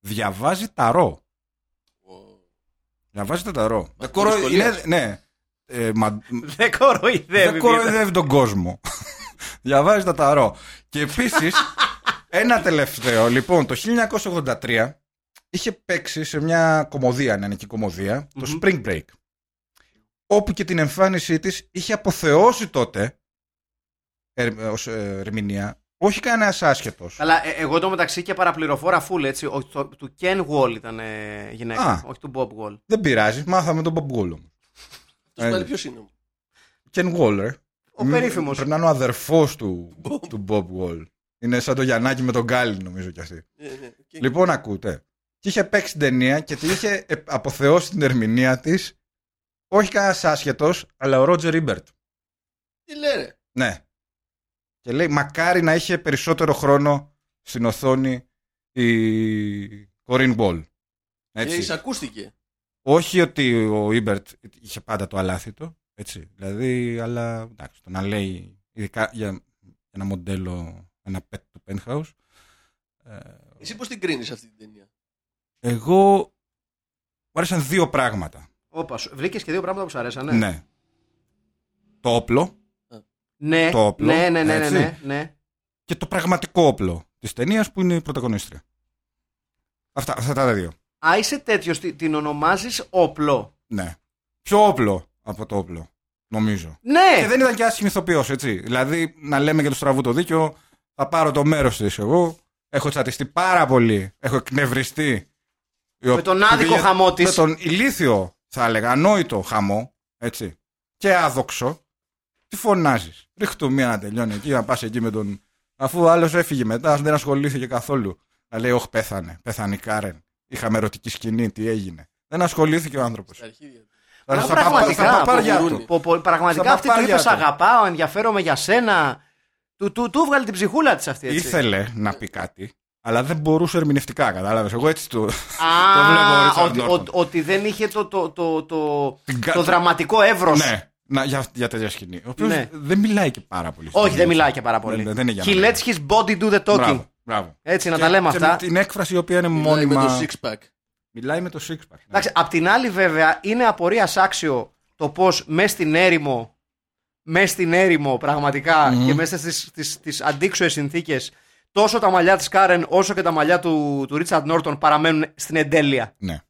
S2: Διαβάζει ταρό. Διαβάζει τα ταρό. Δεν
S3: χωρίς
S2: κορο-
S3: σχολείας.
S2: είναι- Ναι. Ε, μα-
S1: Δεν κοροϊδεύει.
S2: δεν κοροϊδεύει τον κόσμο. Διαβάζει τα ταρό. Και επίσης, ένα τελευταίο. Λοιπόν, το 1983 είχε παίξει σε μια κομμωδία, νεανική κομμωδία, το
S1: Μμμ.
S2: Spring Break. Όπου και την εμφάνισή της είχε αποθεώσει τότε ερ- ε, ως ε, ερμηνεία. Όχι κανένας άσχετος.
S1: Αλλά ε, εγώ το μεταξύ και παραπληροφόρα φουλ έτσι. Ο, το, του Ken Wall ήταν ε, γυναίκα.
S2: Α.
S1: Όχι του Bob Wall.
S2: Δεν πειράζει, μάθαμε τον Bob Gould.
S3: Αυτό
S2: Ε,
S3: πάλι ποιος είναι.
S2: Ken Waller.
S1: Ο περίφημο.
S2: Πρέπει να είναι ο αδερφός του, του Bob Wall. Είναι σαν το Γιαννάκι με τον Γκάλι, νομίζω κι αυτή.
S3: Ε, ναι, οκ.
S2: Λοιπόν, ακούτε. Και είχε παίξει την ταινία και τη είχε ε, αποθεώσει την ερμηνεία της. Όχι κανένας άσχετος, αλλά ο Ρότζερ Ρίμπερτ.
S3: Τι λέει ρε.
S2: Ναι. Και λέει, μακάρι να είχε περισσότερο χρόνο στην οθόνη η Κορίν Μπολ.
S3: Και
S2: Έτσι.
S3: Ε, εισακούστηκε.
S2: Όχι ότι ο Ήμπερτ είχε πάντα το αλάθητο, Έτσι. Δηλαδή, αλλά εντάξει, το να λέει ειδικά για ένα μοντέλο, ένα pet του penthouse. ε,
S3: Εσύ πώς την κρίνεις αυτή την ταινία.
S2: εγώ μου άρεσαν δύο πράγματα.
S1: Όπα, βρήκες και δύο πράγματα που σου αρέσαν.
S2: Ναι.
S1: Ναι.
S2: Το όπλο
S1: Ναι,
S2: Το όπλο,
S1: ναι, ναι, ναι, ναι,
S2: έτσι.
S1: ναι, ναι.
S2: και το πραγματικό όπλο της ταινίας που είναι η πρωταγωνίστρια. Αυτά, αυτά τα δύο.
S1: Α, είσαι τέτοιος, την ονομάζεις όπλο.
S2: Ναι. Πιο όπλο από το όπλο, νομίζω. Και
S1: Ναι!
S2: δεν ήταν και άσχημη ηθοποιός, έτσι. Δηλαδή, να λέμε για το στραβού το δίκιο, θα πάρω το μέρος της εγώ. Έχω τσατιστεί πάρα πολύ. Έχω εκνευριστεί.
S1: Με τον άδικο
S2: Πήγε-
S1: χαμό της.
S2: Με τον ηλίθιο, θα έλεγα, ανόητο χαμό. Έτσι. Και άδοξο. Τι φωνάζεις. Ρίχτου μία να τελειώνει εκεί, να πας εκεί με τον. Αφού άλλος έφυγε μετά, δεν ασχολήθηκε καθόλου. Να λέει, Όχι, πέθανε. Πέθανε η Κάρεν. Είχαμε ερωτική σκηνή, τι έγινε. Δεν ασχολήθηκε ο άνθρωπος.
S3: Στα αρχίδια.
S1: Μα
S2: Στα
S1: πραγματικά,
S2: παπα- στα παπάρια
S3: απομυρούνι.
S2: του.
S1: Πο- πο-
S2: Στα
S1: πραγματικά αυτή του είπε:
S2: παπάρια
S1: Σ'
S2: του.
S1: αγαπάω, ενδιαφέρομαι για σένα. Του, του, του βγάλε την ψυχούλα της αυτή. Έτσι.
S2: Ήθελε να πει κάτι, αλλά δεν μπορούσε ερμηνευτικά, κατάλαβες. Εγώ έτσι το.
S1: Α,
S2: Το βλέπω, Ρίτσαρντ
S1: ότι,
S2: Νόρτον.
S1: ότι- ότι δεν είχε το, το, το, το,
S2: Την κα-
S1: το δραματικό εύρος.
S2: ναι, να, για, για τέτοια σκηνή. Ο οποίος
S1: Ναι.
S2: δεν μιλάει και πάρα πολύ. στην
S1: Όχι, δεν
S2: ταινία.
S1: μιλάει και πάρα πολύ.
S2: Δεν, δεν είναι για
S1: He
S2: μένα.
S1: lets his body do the talking.
S2: Μπράβο, μπράβο.
S1: Έτσι, να τα λέμε
S2: και
S1: αυτά.
S2: με την έκφραση η οποία είναι
S3: Μιλάει
S2: μόνιμα.
S3: Με το six pack.
S2: Μιλάει με το six pack. ναι.
S1: Εντάξει, απ' την άλλη, βέβαια, είναι απορίας άξιο το πώς μες στην έρημο, μες στην έρημο πραγματικά και μέσα στις στις, στις αντίξωες συνθήκες, τόσο τα μαλλιά της Κάρεν όσο και τα μαλλιά του, του Ρίτσαρντ Νόρτον παραμένουν στην εντέλεια.
S2: Ναι.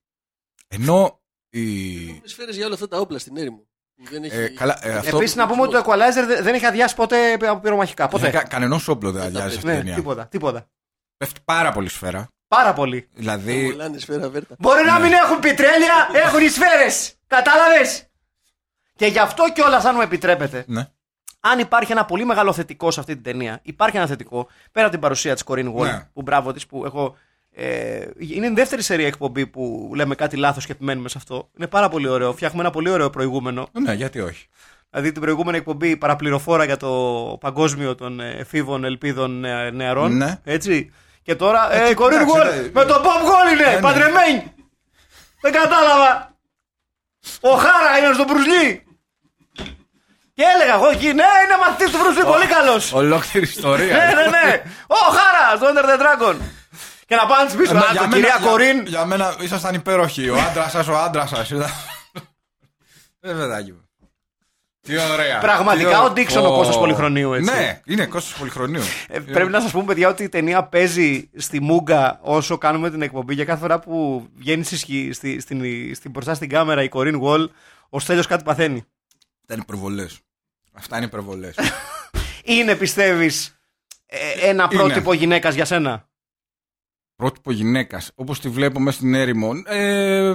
S2: Ενώ. Η...
S3: Έχουμε σφαίρε για όλα αυτά τα όπλα στην έρημο. Που Δεν έχει.
S2: Ε, καλά, ε, αυτό.
S1: Επίσης, να πούμε ότι το Equalizer δεν, δεν έχει αδειάσει ποτέ από πυρομαχικά. Ποτέ.
S2: Κα, Κανενός όπλο δεν αδειάζει αυτή η
S1: ναι,
S2: ταινία.
S1: τίποτα, τίποτα.
S2: Πέφτει πάρα πολύ σφαίρα.
S1: Πάρα πολύ.
S2: Δηλαδή.
S3: Ε, Μολάνε σφαίρα βέρτα.
S1: Μπορεί να μην έχουν πιτρέλια, έχουν οι σφαίρες. Κατάλαβες. Και γι' αυτό κιόλας, αν μου επιτρέπετε,
S2: Ναι.
S1: αν υπάρχει ένα πολύ μεγάλο θετικό σε αυτή την ταινία, υπάρχει ένα θετικό πέρα από την παρουσία της Κορίν Γουόλ,
S2: Ναι.
S1: που μπράβο της, που εγώ Ε, είναι η δεύτερη σερία εκπομπή που λέμε κάτι λάθος και επιμένουμε σε αυτό. Είναι πάρα πολύ ωραίο. Φτιάχνουμε ένα πολύ ωραίο προηγούμενο.
S2: Ναι, γιατί όχι.
S1: Δηλαδή την προηγούμενη εκπομπή παραπληροφόρα για το παγκόσμιο των ε, εφήβων ελπίδων ε, νεαρών.
S2: Ναι.
S1: Έτσι. Και τώρα. Ε,
S2: τι
S1: κορίρ
S2: εντάξει,
S1: γκολ!
S2: ναι.
S1: Με τον Bob Γκολ είναι!
S2: ναι.
S1: Παντρεμένοι! Δεν κατάλαβα! Ο Χάρα είναι στον Μπρουζλί! Και έλεγα εγώ εκεί, ναι, είναι μαθητής του Μπρουζλί, πολύ καλός!
S2: Ολόκληρη
S1: Ναι,
S2: ιστορία.
S1: ναι, ναι! Ο Χάρα στο Enter the Dragon! Και να πάνε της πίσω.
S2: Εμένα-
S1: «Α, το
S2: μένα-
S1: κυρία
S2: για-
S1: Κορίν.
S2: Για μένα ήσασταν υπέροχοι. Ο άντρας σας, ο άντρας σας. Δεν Ε, παιδάκι μου. Τι ωραία.
S1: Πραγματικά
S2: Τι ωραία.
S1: ο Ντίξον ο Κώστας Πολυχρονίου, έτσι.
S2: Ναι, είναι Κώστας Πολυχρονίου.
S1: Ε, πρέπει να σας πούμε, παιδιά, ότι η ταινία παίζει στη Μούγκα όσο κάνουμε την εκπομπή και κάθε φορά που βγαίνει στη, σκη- στη, στην, στην, μπροστά στην κάμερα η Κορίν Γουόλ, ο Στέλιος κάτι παθαίνει.
S2: Ήταν υπερβολές. Αυτά είναι υπερβολές.
S1: Είναι, πιστεύεις, ένα
S2: Είναι.
S1: πρότυπο γυναίκας για σένα.
S2: Πρότυπο γυναίκας, όπως τη βλέπω μέσα στην έρημο. Ε,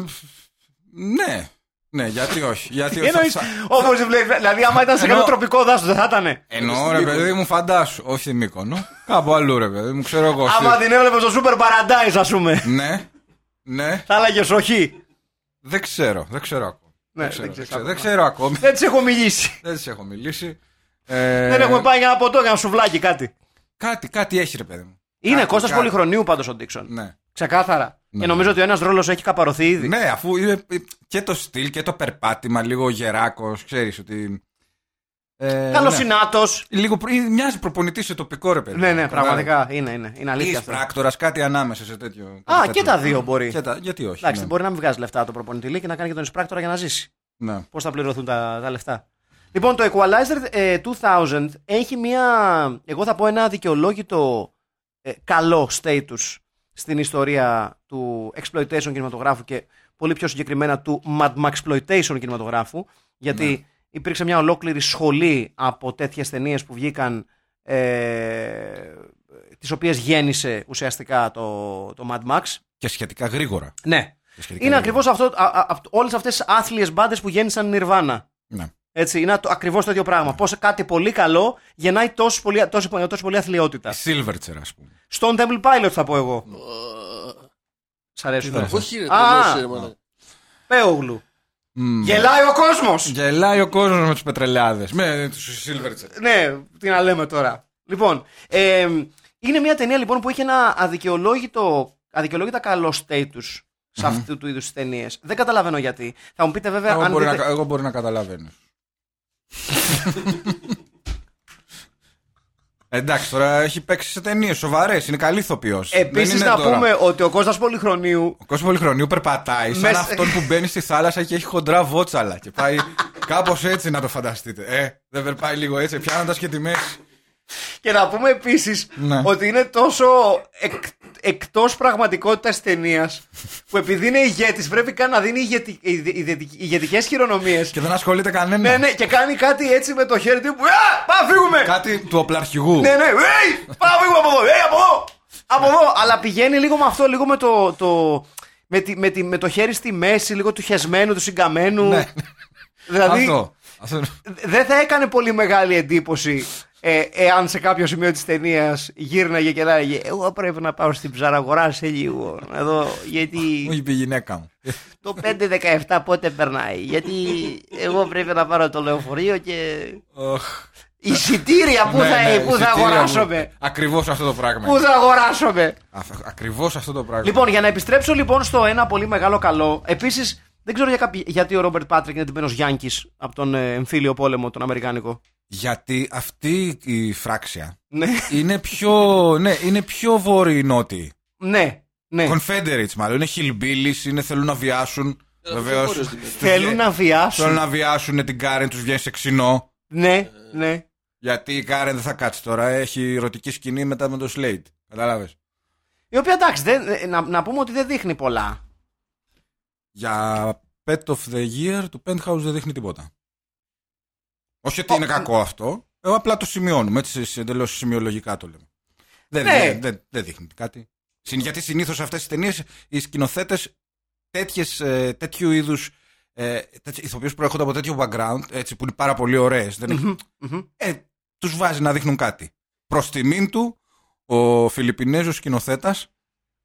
S2: ναι. Ναι, γιατί όχι. Γιατί όχι.
S1: Εννοείς,
S2: Θα- θα-
S1: όπως τη βλέπεις, δηλαδή, άμα ήταν σε κάποιο
S2: Εννοώ- Ε,
S1: τροπικό δάσος, δεν θα ήταν.
S2: Εννοώ ρε παιδί μου, φαντάσου. Όχι στη Μύκονο. Κάπου αλλού ρε παιδί μου, ξέρω εγώ. στη-
S1: Άμα την έβλεπε στο Super Paradise, ας πούμε,
S2: Ναι. Ναι.
S1: θα έλεγες όχι.
S2: Δεν ξέρω. Δεν ξέρω ακόμα.
S1: Ναι,
S2: ξέρω,
S1: δεν
S2: δεν
S1: ξέρεις
S2: ξέρω,
S1: ακόμα.
S2: δεν ξέρω ακόμη.
S1: Δεν τη έχω μιλήσει.
S2: Δεν τη έχω μιλήσει. Ε,
S1: Δεν έχουμε πάει για ένα ποτό, για ένα σουβλάκι, κάτι.
S2: Κάτι, κάτι έχει ρε παιδί μου.
S1: Είναι
S2: Κάτι,
S1: Κώστας
S2: κάτι.
S1: Πολυχρονίου πάντως ο Ντίξον.
S2: Ναι.
S1: Ξεκάθαρα. Και νομίζω ότι ο ένας ρόλος έχει καπαρωθεί ήδη.
S2: ναι, αφού είναι και το στυλ και το περπάτημα, λίγο γεράκος, ξέρεις ότι. Ε,
S1: Καλός
S2: ναι.
S1: συνάτος.
S2: Λίγο, προ- ή μοιάζει προπονητής σε τοπικό ρε παιδί.
S1: Ναι,
S2: μου,
S1: ναι,
S2: κατάλαβες.
S1: πραγματικά είναι, είναι. Είναι αλήθεια
S2: Ή
S1: αυτό.
S2: πράκτορας, κάτι ανάμεσα σε τέτοιο. κάτι
S1: Α,
S2: τέτοιο.
S1: και τα δύο μπορεί.
S2: Και τα- γιατί όχι.
S1: Εντάξει,
S2: ναι.
S1: μπορεί να μην βγάζει λεφτά το προπονητή και να κάνει και τον εισπράκτορα για να ζήσει.
S2: Ναι.
S1: Πώς θα πληρωθούν τα, τα λεφτά. Λοιπόν, το Equalizer ε, 2000 έχει μία. Εγώ θα πω ένα δικαιολόγητο ε, καλό status στην ιστορία του exploitation κινηματογράφου και πολύ πιο συγκεκριμένα του Mad Maxploitation κινηματογράφου. Γιατί υπήρξε μια ολόκληρη σχολή από τέτοιες ταινίες που βγήκαν. Ε, τις οποίες γέννησε ουσιαστικά το, το Mad Max.
S2: Και σχετικά γρήγορα.
S1: Ναι.
S2: Και σχετικά
S1: Είναι
S2: γρήγορα.
S1: ακριβώς αυτό, α, α, απ' όλες αυτές τις άθλιες μπάντες που γέννησαν Nirvana.
S2: Ναι.
S1: Έτσι, είναι ακριβώς το ίδιο πράγμα. Πώς κάτι πολύ καλό γεννάει τόσο πολύ, τόσο, τόσο πολύ αθλειότητα.
S2: Η Silverchair, ας πούμε.
S1: Στον Temple Pilot θα πω εγώ.
S2: Ε,
S1: Σ' αρέσουν.
S2: Τι
S1: αυτά.
S2: δες.
S3: Ε, Όχι, ρε,
S1: Α,
S3: τελείωσε, ρε, μάνα.
S1: Πέογλου.
S2: Μμμ.
S1: Γελάει ο κόσμος.
S2: Γελάει ο κόσμος με τους πετρελάδες. Με τους Silverchair.
S1: Ναι, τι να λέμε τώρα. Λοιπόν, ε, είναι μια ταινία λοιπόν που έχει ένα αδικαιολόγητο, αδικαιολόγητα καλό status σε αυτού του είδους τις ταινίες. Δεν καταλαβαίνω γιατί. Θα μου πείτε βέβαια
S2: Εγώ,
S1: Ε, αν.
S2: μπορεί
S1: Δείτε...
S2: να, εγώ μπορεί να καταλαβαίνω. Εντάξει, τώρα έχει παίξει σε ταινίες σοβαρές. Είναι καλή ηθοποιός.
S1: Επίση Ε, να πούμε ότι ο Κώστας Πολυχρονίου
S2: Ο κόσμο Πολυχρονίου περπατάει σαν
S1: Μέσα-
S2: αυτόν που μπαίνει στη θάλασσα και έχει χοντρά βότσαλα. Και πάει κάπως έτσι να το φανταστείτε. Ε, δεν περπάει λίγο έτσι, πιάνοντας και τη μέση.
S1: Και να πούμε επίσης
S2: Ναι.
S1: ότι είναι τόσο εκ, εκτός πραγματικότητας ταινίας που επειδή είναι ηγέτης πρέπει καν να δίνει ηγετι, ηγετικές χειρονομίες.
S2: Και δεν ασχολείται κανένα.
S1: ναι, ναι, και κάνει κάτι έτσι με το χέρι του. που, «Α, Πάμε, φύγουμε!
S2: Κάτι του οπλαρχηγού.
S1: Ναι, ναι, «Ει, πάμε, φύγουμε από εδώ! «Ει, από εδώ! Από εδώ! Αλλά πηγαίνει λίγο με αυτό, λίγο με το. το με, τη, με, τη, με το χέρι στη μέση, λίγο του χεσμένου, του συγκαμένου.
S2: Ναι.
S1: Δηλαδή,
S2: Αυτό. Αυτό.
S1: δεν θα έκανε πολύ μεγάλη εντύπωση ε, εάν σε κάποιο σημείο της ταινίας γύρναγε και λέγε Εγώ πρέπει να πάω στην ψαραγορά σε λίγο. Να δω γιατί
S2: Μου είπε η γυναίκα μου.
S1: το 5-17 πότε περνάει. Γιατί εγώ πρέπει να πάρω το λεωφορείο και.
S2: Οχ.
S1: Εισιτήρια που
S2: Ναι,
S1: θα,
S2: ναι,
S1: που θα
S2: εισιτήρια μου.
S1: αγοράσουμε.
S2: Ακριβώς αυτό το πράγμα.
S1: Πού θα αγοράσουμε.
S2: Α- Ακριβώς αυτό το πράγμα.
S1: Λοιπόν, για να επιστρέψω λοιπόν στο ένα πολύ μεγάλο καλό. Επίσης, δεν ξέρω για κάποιοι- γιατί ο Ρόμπερτ Πάτρικ είναι εντυπωμένο Γιάνκης από τον ε, εμφύλιο πόλεμο, τον Αμερικάνικο.
S2: Γιατί αυτή η φράξια
S1: Ναι,
S2: είναι πιο, ναι, είναι πιο βόρειο-νότιοι.
S1: ναι, ναι.
S2: Confederates μάλλον. Είναι hillbillies, είναι θέλουν να βιάσουν.
S3: Ε,
S2: Βεβαίως.
S3: χώρος δηλαδή.
S1: Θέλουν να
S2: Θέλουν
S1: βιάσουν.
S2: Ναι. να βιάσουν την Κάρεν, τους βγαίνει σε ξινό.
S1: Ναι, ναι.
S2: Γιατί η Κάρεν δεν θα κάτσει τώρα. Έχει ερωτική σκηνή μετά με το Slade. Κατάλαβες.
S1: Η οποία εντάξει, δεν, ε, να, να πούμε ότι δεν δείχνει πολλά.
S2: Για Pet of the Year του Penthouse δεν δείχνει τίποτα. Όχι ότι είναι κακό αυτό. Εγώ απλά το σημειώνουμε. Έτσι εντελώς σημειολογικά το λέμε. Δεν,
S1: Ναι.
S2: δεν, δεν, δεν δείχνει κάτι. Συν- Γιατί συνήθως αυτές τι ταινίες οι σκηνοθέτες τέτοιου είδους. Ε, τέτοι- ηθοποιούς που προέρχονται από τέτοιο background, έτσι, που είναι πάρα πολύ ωραίες, δεν έχει-
S1: Μμμ.
S2: ε, τους βάζει να δείχνουν κάτι. Προς τιμήν του, ο Φιλιππινέζος σκηνοθέτας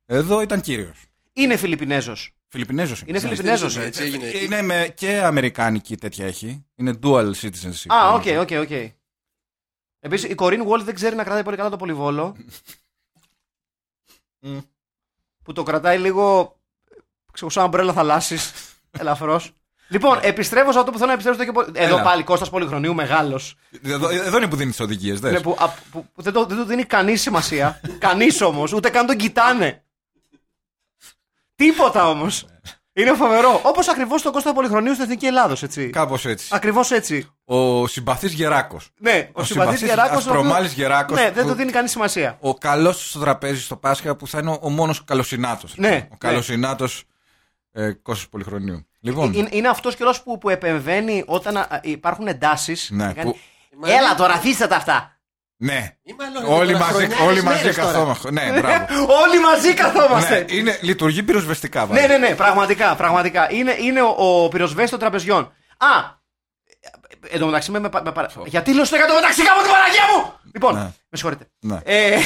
S2: Εδώ ήταν κύριος.
S1: Είναι Φιλιππινέζος.
S2: Φιλιππινέζος
S1: Είναι Φιλιππινέζος.
S3: Έτσι έγινε.
S2: Είναι με και αμερικάνικη τέτοια έχει. Είναι dual citizenship.
S1: Α, οκ, οκ, οκ. Επίσης, η Κορίν Γουόλ δεν ξέρει να κρατάει πολύ καλά το πολυβόλο.
S2: Μμ.
S1: που το κρατάει λίγο. ξέρω, σαν αμπρέλα θαλάσσης. Ελαφρώς. Λοιπόν, επιστρέφω σε αυτό που θέλω να επιστρέψω. εδώ και πο- Εδώ
S2: Ναι. Έλα.
S1: πάλι Κώστας Πολυχρονίου, μεγάλος.
S2: Εδώ, εδώ είναι Ναι, που δίνεις τι οδηγίε.
S1: Που, α- που- που δεν, το- δεν του δίνει κανείς σημασία. κανείς όμως, ούτε καν τον κοιτάνε. Τίποτα όμως.
S2: Ναι.
S1: Είναι φοβερό. Όπως ακριβώς το Κώστα Πολυχρονίου στην Εθνική Ελλάδος, έτσι.
S2: Κάπως έτσι.
S1: Ακριβώς έτσι.
S2: Ο συμπαθής Γεράκος.
S1: Ναι, ο,
S2: Ο
S1: συμπαθής
S2: συμπαθής
S1: Γεράκο.
S2: Ασπρομάλης Γεράκος
S1: Ναι, δεν
S2: που-
S1: του δίνει κανείς σημασία.
S2: Ο καλός στο τραπέζι στο Πάσχα που θα είναι ο, ο μόνος καλοσυνάτος.
S1: Ναι,
S2: Ο καλοσυνάτος ε, Κώστας Πολυχρονίου. Λοιπόν,
S1: Ε, Είναι, είναι αυτός καιρός που, που επεμβαίνει όταν α, υπάρχουν εντάσεις.
S2: Ναι, που-
S3: Μα
S1: Έλα
S3: είναι-
S1: τώρα, αφήστε τα αυτά.
S2: ναι.
S3: Ή μάλλον είναι
S2: Όλοι
S3: τώρα
S2: μαζί,
S3: χρονιάρες
S2: όλοι μαζί
S3: μέρες τώρα.
S2: καθόμαστε. Ναι, μπράβο.
S1: Όλοι μαζί
S2: ναι,
S1: καθόμαστε.
S2: είναι, λειτουργεί πυροσβεστικά.
S1: Ναι,
S2: βάζω.
S1: ναι, ναι, πραγματικά. πραγματικά. Είναι, είναι ο, ο πυροσβέστης των τραπεζιών. Α! ε, Εν τω μεταξύ, με, με, πα- με παρα- γιατί λέω στο 100 μεταξύ κάπου την παραγία μου! Λοιπόν,
S2: Ναι.
S1: με συγχωρείτε.
S2: Ναι.
S1: Ε,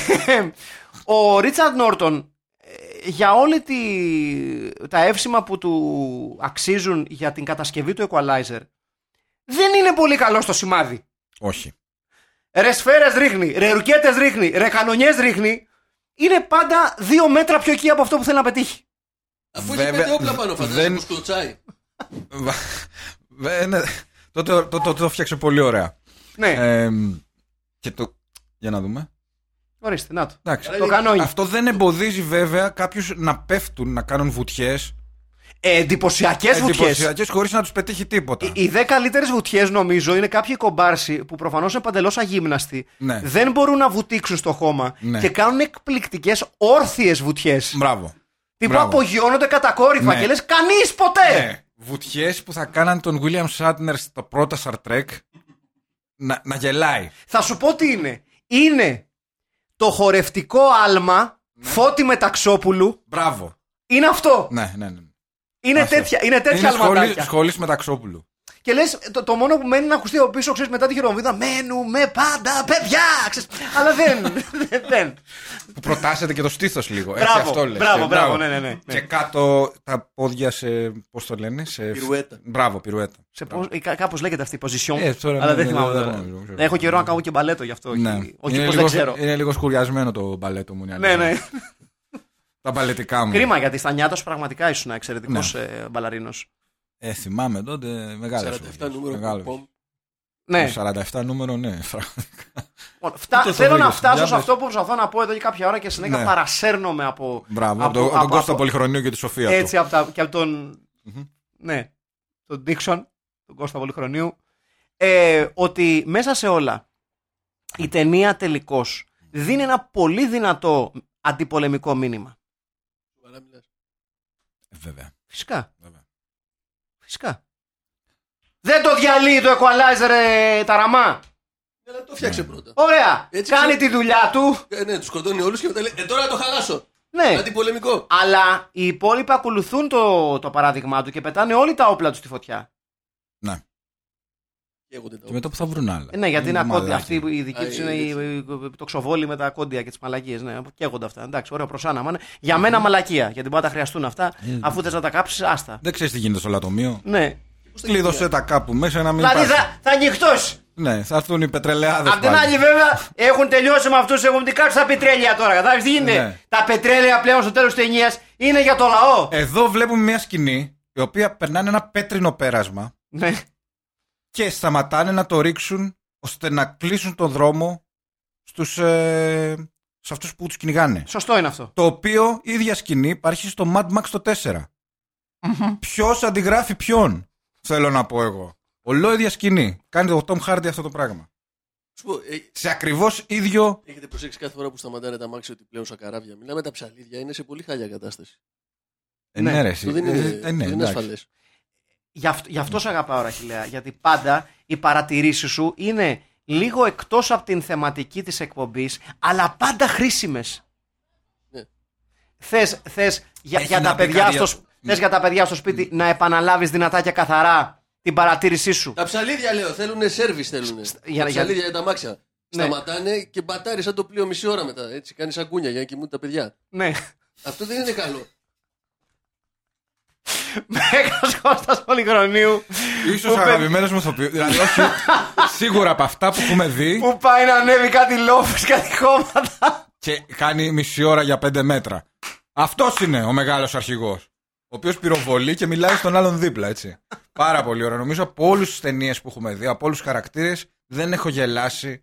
S1: ο Ρίτσαρντ Νόρτον ε, για όλη τη, τα εύσημα που του αξίζουν για την κατασκευή του Equalizer δεν είναι πολύ καλό στο σημάδι.
S2: Όχι.
S1: Ρε σφαίρες ρίχνει, ρε ρουκέτες ρίχνει, ρε κανονιές ρίχνει. Είναι πάντα δύο μέτρα πιο εκεί από αυτό που θέλει να πετύχει.
S3: Αφού έχει
S2: Βέβαια,
S3: πέντε όπλα πάνω, φαντάζομαι
S2: δεν-
S3: που σκοτσάει.
S2: Βα- βε- ναι. Το- Το το- το- το φτιάξε πολύ ωραία.
S1: Ναι,
S2: Ε, και το. Για να δούμε.
S1: ορίστε, να το.
S2: Εντάξει.
S1: Το κανόνι.
S2: Αυτό δεν εμποδίζει βέβαια κάποιους να πέφτουν, να κάνουν βουτιές.
S1: Ε, Εντυπωσιακές βουτιές.
S2: Εντυπωσιακές χωρίς να τους πετύχει τίποτα.
S1: Οι 10 καλύτερες βουτιές, νομίζω, είναι κάποιοι κομπάρσοι που προφανώς είναι παντελώς αγύμναστοι.
S2: Ναι.
S1: Δεν μπορούν να βουτήξουν στο χώμα
S2: Ναι.
S1: και κάνουν εκπληκτικές όρθιες βουτιές.
S2: Μπράβο.
S1: Τύπου
S2: μπράβο.
S1: απογειώνονται κατακόρυφα
S2: Ναι.
S1: και λες κανείς ποτέ!
S2: Ναι. Βουτιές που θα κάναν τον William Shatner στα πρώτα Star Trek να, να γελάει.
S1: Θα σου πω τι είναι. Είναι το χορευτικό άλμα φώτη μεταξόπουλου.
S2: Μπράβο.
S1: Είναι αυτό.
S2: Ναι, ναι, ναι.
S1: Είναι
S2: Αυτό.
S1: τέτοια, είναι τέτοια
S2: Είναι σχολή,
S1: αλματάκια.
S2: σχολής μεταξόπουλου.
S1: Και λες, το, το, μόνο που μένει να ακουστεί από πίσω, ξέρεις μετά τη χειροβίδα. Μένουμε πάντα, παιδιά! Ξέρεις, αλλά δεν. δεν- δεν.
S2: Που προτάσσεται και το στήθος λίγο. Έτσι,
S1: Μπράβο,
S2: αυτό λες.
S1: μπράβο,
S2: Ε,
S1: μπράβο, ναι, ναι, ναι, ναι.
S2: Και κάτω τα πόδια σε. Πώς το λένε, σε.
S3: Πυρουέτα.
S2: Μπράβο, πυρουέτα.
S1: Σε πώς, κάπως λέγεται αυτή η position.
S2: Ε, τώρα,
S1: αλλά
S2: ναι,
S1: δεν
S2: ναι,
S1: θυμάμαι
S2: ναι,
S1: τώρα.
S2: ναι, ναι, ξέρω.
S1: Έχω καιρό να κάνω και μπαλέτο γι' αυτό.
S2: Ναι.
S1: όχι- Όχι,
S2: είναι,
S1: πως
S2: λίγο,
S1: δεν ξέρω.
S2: είναι λίγο σκουριασμένο το μπαλέτο μου. είναι
S1: Ναι,
S2: αλήθεια.
S1: ναι.
S2: Τα μπαλετικά μου.
S1: Κρίμα γιατί στα νιάτα σου πραγματικά ήσουν εξαιρετικός
S2: Ναι.
S1: μπαλαρίνος.
S2: Ε, θυμάμαι τότε μεγάλο.
S3: 47 νούμερο. πομ.
S1: Ναι.
S2: 47 νούμερο, ναι. πραγματικά.
S1: Λοιπόν, Φτά,
S2: Ούτε στο
S1: θέλω να
S2: Vegas.
S1: φτάσω σε
S2: Διάβες.
S1: αυτό που προσπαθώ να πω εδώ και κάποια ώρα και συνέχεια
S2: Ναι.
S1: παρασέρνομαι από. από-
S2: Μπράβο. Από, τον
S1: από-
S2: Κώστα
S1: από-
S2: Πολυχρονίου και τη Σοφία
S1: Έτσι,
S2: του.
S1: από τα, και από τον.
S2: Μμμ.
S1: Ναι. Τον Ντίξον, τον Κώστα Πολυχρονίου. Ε, ότι μέσα σε όλα η ταινία τελικώς δίνει ένα πολύ δυνατό αντιπολεμικό μήνυμα.
S3: Σοβαρά μιλάς.
S2: Ε, Βέβαια.
S1: Φυσικά.
S2: βέβαια.
S1: Φυσικά. Δεν το διαλύει το equalizer, ρε, ταραμά.
S3: Έλα, Ναι, το
S2: Ναι.
S3: φτιάξε πρώτα.
S1: Ωραία.
S3: Έτσι
S1: Κάνει
S3: ξέρω.
S1: τη δουλειά του.
S3: Ε, ναι, τους σκοτώνει όλους και μετά λέει Ε, τώρα να το χαλάσω.
S2: Ε.
S1: Ναι.
S3: Αντιπολεμικό.
S1: Αλλά οι υπόλοιποι ακολουθούν το, το παράδειγμά του και πετάνε όλοι τα όπλα τους στη φωτιά.
S2: Ναι.
S3: Καίγονται τα
S2: Και μετά που θα βρουν άλλα.
S1: Ε, ναι, γιατί είναι,
S2: Είναι
S1: ακόντια.
S2: μαλάκι.
S1: Αυτή η δική
S3: Α,
S1: του είναι
S3: ε,
S1: η- η- το ξοβόλι με τα κόντια και τις μαλακίες. Ναι, καίγονται αυτά. Εντάξει, ωραίο προσάναμα. είναι. Για μένα μαλακία. Γιατί μπορεί να τα χρειαστούν αυτά.
S2: Ε, ναι.
S1: Αφού θες να τα κάψεις, άστα.
S2: Δεν ξέρεις τι γίνεται στο λατομείο.
S1: Ναι.
S2: Κλείδωσε τα κάπου μέσα να μην
S1: Δηλαδή
S2: υπάρχει.
S1: θα, θα ανοιχτώσει.
S2: Ναι, θα έρθουν οι πετρελαιάδες.
S1: Απ' την άλλη, βέβαια, έχουν τελειώσει με αυτούς. Έχουν την κάψει τα πετρέλαια τώρα. Κατάλαβες τι γίνεται.
S2: Ναι. Ε.
S1: Τα πετρέλαια πλέον στο τέλος της ταινία είναι για το λαό.
S2: Εδώ βλέπουμε μια σκηνή η οποία περνάνε ένα πέτρινο πέρασμα
S1: Ναι.
S2: και σταματάνε να το ρίξουν ώστε να κλείσουν τον δρόμο στους, ε, σε αυτούς που τους κυνηγάνε.
S1: Σωστό είναι αυτό.
S2: Το οποίο η ίδια σκηνή υπάρχει στο Mad Max το 4. Ποιος αντιγράφει ποιον, θέλω να πω εγώ. Ολό ίδια σκηνή. Κάνει ο Tom Hardy αυτό το πράγμα.
S3: Σου πω, ε,
S2: Σε ακριβώς ίδιο...
S3: έχετε προσέξει κάθε φορά που σταματάνε τα μάξι ότι πλέον σαν καράβια. Μιλάμε τα ψαλίδια, είναι σε πολύ χάλια κατάσταση.
S2: Ε,
S1: Ναι,
S2: ναι, ρε, εσύ.
S3: Αυτό δεν είναι,
S2: Ε, ε, ναι,
S3: δεν είναι
S2: εντάξει.
S3: ασφαλές.
S1: Γι' αυτό, γι αυτό σε αγαπάω, Ραχιλέα. Γιατί πάντα οι παρατηρήσεις σου είναι λίγο εκτός από την θεματική της εκπομπής, αλλά πάντα χρήσιμες.
S3: Ναι.
S1: Θες θες για,
S2: Έχει
S1: για
S2: να
S1: τα
S2: πει
S1: παιδιά
S2: κάτι Ναι.
S1: στο,
S2: αυτό.
S1: σ- θες για τα παιδιά στο σπίτι να επαναλάβεις δυνατά και καθαρά την παρατήρησή σου.
S3: Τα ψαλίδια λέω, θέλουν service θέλουν.
S1: για-
S3: Τα ψαλίδια για τα μάξια.
S1: Ναι.
S3: Σταματάνε και μπατάρει σαν το πλοίο μισή ώρα μετά. Έτσι, κάνεις αγκούνια για να κοιμούνται τα παιδιά.
S1: ναι.
S3: Αυτό δεν είναι καλό.
S1: Μέγας Κώστας Πολυγχρονίου
S2: Ίσως
S1: Που
S2: αγαπημένος μου ηθοποιός. Δηλαδή, όχι. σίγουρα από αυτά που έχουμε δει
S1: που πάει να ανέβει κάτι λόφου, κάτι χώματα.
S2: και κάνει μισή ώρα για πέντε μέτρα. Αυτός είναι ο μεγάλος αρχηγός. Ο οποίος πυροβολεί και μιλάει στον άλλον δίπλα, έτσι. Πάρα πολύ ωραία. Νομίζω από όλους τις ταινίες που έχουμε δει, από όλους τους χαρακτήρες, δεν έχω γελάσει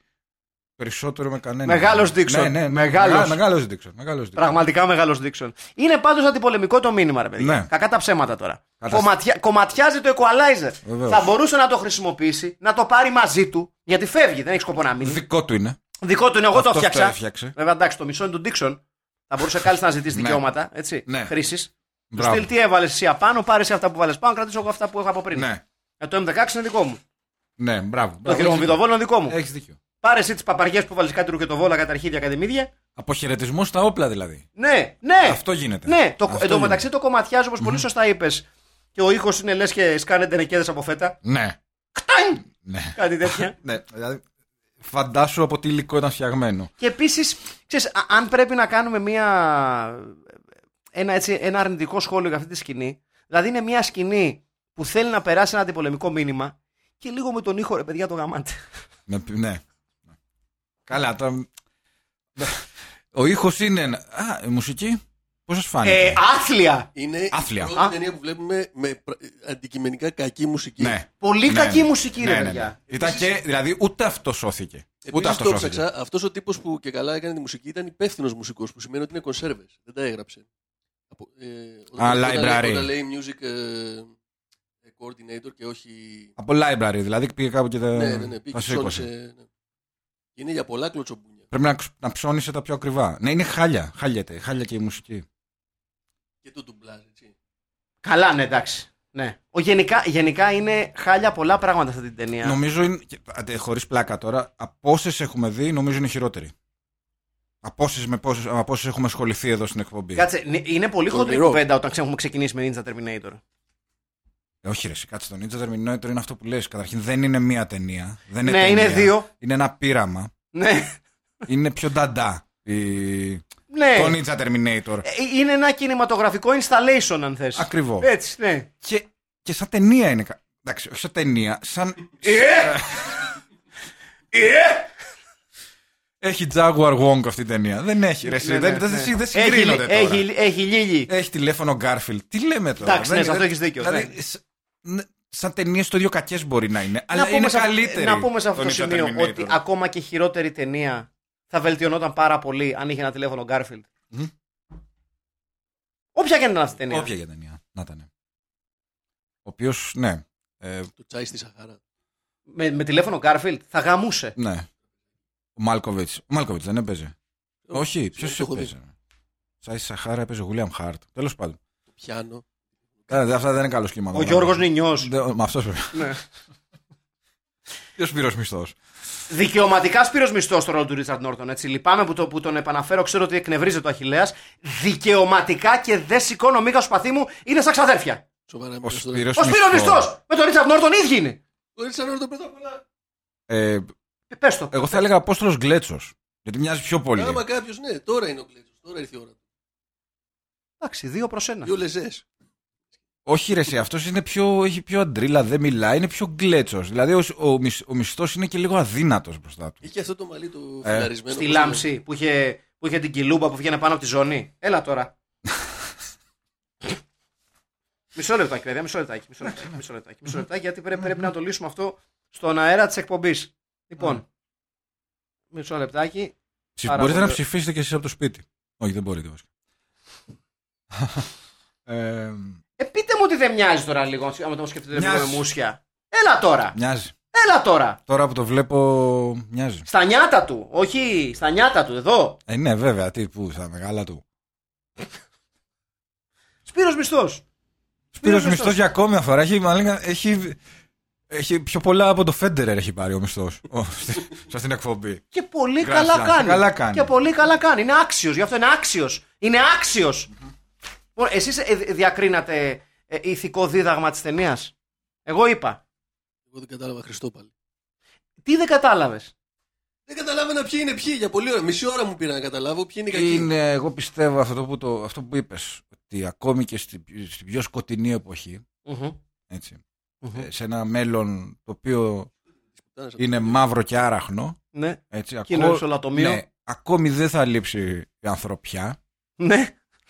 S2: περισσότερο με κανένα.
S1: Μεγάλος Dixon.
S2: Ναι, ναι, ναι.
S1: Μεγάλος.
S2: Μεγάλο μεγάλος Dixon. Μεγάλος Dixon.
S1: Πραγματικά μεγάλος Δίξον. Είναι πάντως αντιπολεμικό το μήνυμα, ρε παιδιά.
S2: Ναι.
S1: Κακά τα ψέματα τώρα.
S2: Κατασ-
S1: Κομματιά- κομματιάζει το equalizer.
S2: Βεβαίως.
S1: Θα μπορούσε να το χρησιμοποιήσει, να το πάρει μαζί του, γιατί φεύγει, δεν έχει σκοπό να μείνει.
S2: Δικό του είναι.
S1: Δικό του είναι, εγώ το
S2: Αυτός το
S1: φτιάξα.
S2: έφτιαξε.
S1: Βέβαια, εντάξει, το μισό είναι του Ντίξον. Θα μπορούσε κάλλιστα να ζητήσει
S2: Ναι.
S1: δικαιώματα έτσι,
S2: Ναι.
S1: χρήσης. Του
S2: Μπράβο.
S1: στυλ τι έβαλες εσύ απάνω, πάρε εσύ αυτά που βάλες πάνω, κρατήσω εγώ αυτά που έχω από πριν.
S2: Ναι,
S1: Ε, το M16 είναι δικό μου.
S2: ναι, μπράβο.
S1: το χειροβιδοβόλο είναι δικό μου.
S2: Έχεις δίκιο.
S1: Πάρε εσύ τις παπαριές που βάλε κάτι ρουκετοβόλα κατά αρχίδια κατεμίδια.
S2: Αποχαιρετισμός στα όπλα δηλαδή.
S1: Ναι, ναι.
S2: Αυτό γίνεται.
S1: Ναι, το,
S2: Αυτό
S1: εν τω
S2: γίνεται.
S1: μεταξύ το κομματιάζεις όπως πολύ σωστά είπες. Και ο ήχος είναι λες και σκάνετε νεκέδε από φέτα.
S2: Ναι.
S1: Κτάνγκ!
S2: Ναι.
S1: Κάτι τέτοια.
S2: ναι. Δηλαδή, φαντάσου από τι υλικό ήταν φτιαγμένο.
S1: και επίσης, ξέρεις, αν πρέπει να κάνουμε μία, ένα, έτσι, ένα αρνητικό σχόλιο για αυτή τη σκηνή. Δηλαδή, είναι μία σκηνή που θέλει να περάσει ένα αντιπολεμικό μήνυμα και λίγο με τον ήχο, ρε παιδιά, το γαμάτε.
S2: Με- ναι. Καλά, τώρα. Ο ήχος είναι. ένα- Α, η μουσική. Πώς σας φάνηκε.
S1: ε, άθλια!
S3: Είναι
S2: Άθλια.
S3: η
S1: Α.
S3: πρώτη ταινία που βλέπουμε με πρα- αντικειμενικά κακή μουσική.
S2: ναι.
S1: Πολύ
S2: Ναι,
S1: κακή
S2: ναι.
S1: μουσική, ρε
S2: Ναι, ναι, ναι.
S1: παιδιά.
S2: Ήταν και. Δηλαδή, ούτε αυτό σώθηκε. Ούτε
S3: Επίση
S2: αυτό
S3: το
S2: σώθηκε.
S3: ψάξα. Αυτός ο τύπος που και καλά έκανε τη μουσική ήταν υπεύθυνος μουσικός, που σημαίνει ότι είναι κονσέρβε. Δεν τα έγραψε. Από- ε, όταν-
S2: Α,
S3: όταν λέει-
S2: library.
S3: Όταν λέει music ε, ε, coordinator και όχι.
S2: Από library, δηλαδή πήγε κάπου και τα,
S3: ναι, ναι, ναι, πήγε
S2: τα
S3: και
S2: σήκωσε.
S3: ψώνισε, ναι. Είναι για πολλά κλωτσομπούνια.
S2: Πρέπει να, ξ- να ψώνισε τα πιο ακριβά. Ναι, είναι χάλια. Χάλιαται. Χάλια και η μουσική.
S3: Και το ντουμπλάζ, έτσι.
S1: Καλά, ναι, εντάξει. Ναι. Ο, γενικά, γενικά είναι χάλια πολλά πράγματα αυτή την ταινία.
S3: Ναι.
S2: Νομίζω είναι. Χωρίς πλάκα τώρα, από όσες έχουμε δει, νομίζω είναι η χειρότερη. Από όσες με πόσες- Από όσες έχουμε ασχοληθεί εδώ στην εκπομπή.
S1: Κάτσε, ναι, είναι πολύ χοντρή
S3: Πονηρό.
S1: κουβέντα όταν ξέ- έχουμε ξεκινήσει με Ninja Terminator.
S2: Ε, όχι, ρε, εσύ, κάτσε. Το Ninja Terminator είναι αυτό που λες. Καταρχήν δεν είναι μία ταινία. Δεν είναι
S1: Ναι,
S2: ταινία.
S1: είναι δύο.
S2: Είναι ένα πείραμα.
S1: Ναι,
S2: είναι πιο νταντά. Η...
S1: ναι.
S2: Το Ninja Terminator.
S1: Ε, Είναι ένα κινηματογραφικό installation, αν θες.
S2: Ακριβώς.
S1: Έτσι, ναι.
S2: Και, και σαν ταινία είναι. κα- Εντάξει, όχι σαν ταινία. Σαν.
S1: Ε.
S2: έχει Jaguar Wong αυτή η ταινία. Δεν έχει. Ρε, εσύ,
S1: Ναι,
S2: δεν,
S1: ναι,
S2: δεν-
S1: ναι.
S2: εσύ, δεν
S1: Έχει-
S2: συγκρίνονται τώρα. Ε,
S1: Έχει, έχει λύγει.
S2: Έχει τηλέφωνο Garfield. Τι λέμε τώρα.
S1: Εντάξει, ναι,
S2: Δεν-
S1: σε αυτό
S2: δεν-
S1: έχεις δίκιο,
S2: Δηλαδή, σ- ναι, σαν ταινίες το ίδιο κακές μπορεί να είναι. αλλά είναι
S1: σε αυτό-
S2: καλύτερη.
S1: να πούμε σε αυτό
S2: τον
S1: το σημείο
S2: Ninja Terminator.
S1: ότι ακόμα και χειρότερη ταινία θα βελτιωνόταν πάρα πολύ αν είχε ένα τηλέφωνο Garfield.
S2: Μμμ.
S1: Όποια και να ήταν αυτή η ταινία.
S2: Όποια για ταινία. Να ήταν. Ο οποίος, ναι. Ε,
S3: Το τσάι στη Σαχάρα.
S1: Με, με τηλέφωνο Garfield θα γαμούσε.
S2: ναι. Ο Μάλκοβιτ. Ο Μάλκοβιτ δεν έπαιζε. Όχι,
S3: το
S2: ποιο
S3: έχω δει.
S2: έπαιζε. Σάι Σαχάρα έπαιζε ο Γουλιαμ Χάρτ. Τέλος πάντων.
S3: Το πιάνο.
S2: Ε, Αυτά δεν είναι καλό σχήμα.
S1: Ο Ναι. Γιώργο
S2: ναι.
S1: Νινιό.
S2: Με αυτό πρέπει. Ποιο πήρε μισθός.
S1: Δικαιωματικά Σπύρος μισθός στο ρόλο του Ρίτσαρντ Νόρτον. Έτσι. Λυπάμαι που, το, που τον επαναφέρω, ξέρω ότι εκνευρίζεται το Αχηλέα. Δικαιωματικά και δεν σηκώνω μήκα στο σπαθί μου, είναι σαν ξαδέρφια.
S3: Σοβαρά
S2: Ο
S3: μιλάς τώρα.
S2: Σπύρος
S1: Ο Σπύρος μισθός! Με τον Ρίτσαρντ Νόρτον ίδιοι είναι.
S3: Ο Ρίτσαρ Νόρτον πρώτα απ' όλα.
S2: Ε,
S1: Πες το.
S2: Εγώ θα έλεγα Απόστολος Γκλέτσος. Γιατί μοιάζει πιο πολύ.
S3: Άμα κάποιος, ναι, τώρα είναι ο Κλέτσο. Τώρα ήρθε η ώρα. του.
S1: Εντάξει, δύο προς ένα.
S3: Δύο λεζές.
S2: Όχι, ρε, εσύ, αυτός είναι πιο, έχει πιο αντρίλα, δεν μιλάει, είναι πιο γκλέτσος. Δηλαδή, ο, ο, μισ- ο μισθός είναι και λίγο αδύνατος μπροστά του.
S3: Είχε αυτό το μαλλί το
S2: Ε,
S3: φιλαρισμένο.
S1: Στη
S3: πώς το
S1: λάμψη που είχε, που είχε την κιλούμπα που βγαίνει πάνω από τη ζώνη. Έλα τώρα. μισό λεπτάκι, παιδιά, μισό λεπτάκι. Μισό λεπτάκι, μισό λεπτάκι, μισό λεπτάκι γιατί πρέπει, πρέπει να το λύσουμε αυτό στον αέρα της εκπομπής. Λοιπόν. Μισό λεπτάκι.
S2: Ψη-
S1: Πάρα
S2: μπορείτε
S1: πολύ.
S2: να ψηφίσετε κι εσείς από το σπίτι. Όχι, δεν μπορείτε βασικά. ε,
S1: Ε, πείτε μου ότι δεν μοιάζει τώρα λίγο, άμα το σκεφτείτε λίγο με
S2: Μοιάζει.
S1: μουσια. Έλα τώρα!
S2: μοιάζει.
S1: Έλα τώρα!
S2: Τώρα που το βλέπω, μοιάζει.
S1: Στα νιάτα του, όχι στα νιάτα του, εδώ.
S2: Ε, ναι, βέβαια, τι, πού, στα μεγάλα του.
S1: Σπύρος Μισθός.
S2: Σπύρος
S1: Μισθός.
S2: μισθός για ακόμη μια φορά. Έχει, μαλάκα, έχει, έχει πιο πολλά από το Φέντερερ έχει πάρει ο μισθός. Σε αυτήν την εκπομπή.
S1: Και πολύ
S2: Grand
S1: καλά
S2: Slam.
S1: κάνει.
S2: Καλά κάνει.
S1: Και πολύ καλά κάνει. Είναι άξιος, γι' αυτό είναι άξιος. Είναι άξιος. Λοιπόν, εσείς ε, διακρίνατε ε, ηθικό δίδαγμα της ταινίας. Εγώ είπα.
S3: Εγώ δεν κατάλαβα Χριστό πάλι.
S1: Τι δεν κατάλαβες.
S3: Δεν καταλάβαινα ποιοι είναι ποιοι. Για πολλή ώρα, μισή ώρα μου πήρα να καταλάβω ποιοι είναι οι κακοί.
S2: Είναι, εγώ πιστεύω αυτό που, το, αυτό που είπες, ότι ακόμη και στην, στην πιο σκοτεινή εποχή,
S1: Μμμ.
S2: έτσι,
S1: Μμμ.
S2: ε, σε ένα μέλλον το οποίο
S3: Φτάνεις από
S2: είναι
S3: το-
S2: μαύρο και άραχνο,
S1: Ναι.
S2: έτσι,
S1: Κοινό
S2: ακό-
S1: ισολατομείο.
S2: ναι, ακόμη δεν θα λείψει η ανθρωπιά
S1: Ναι.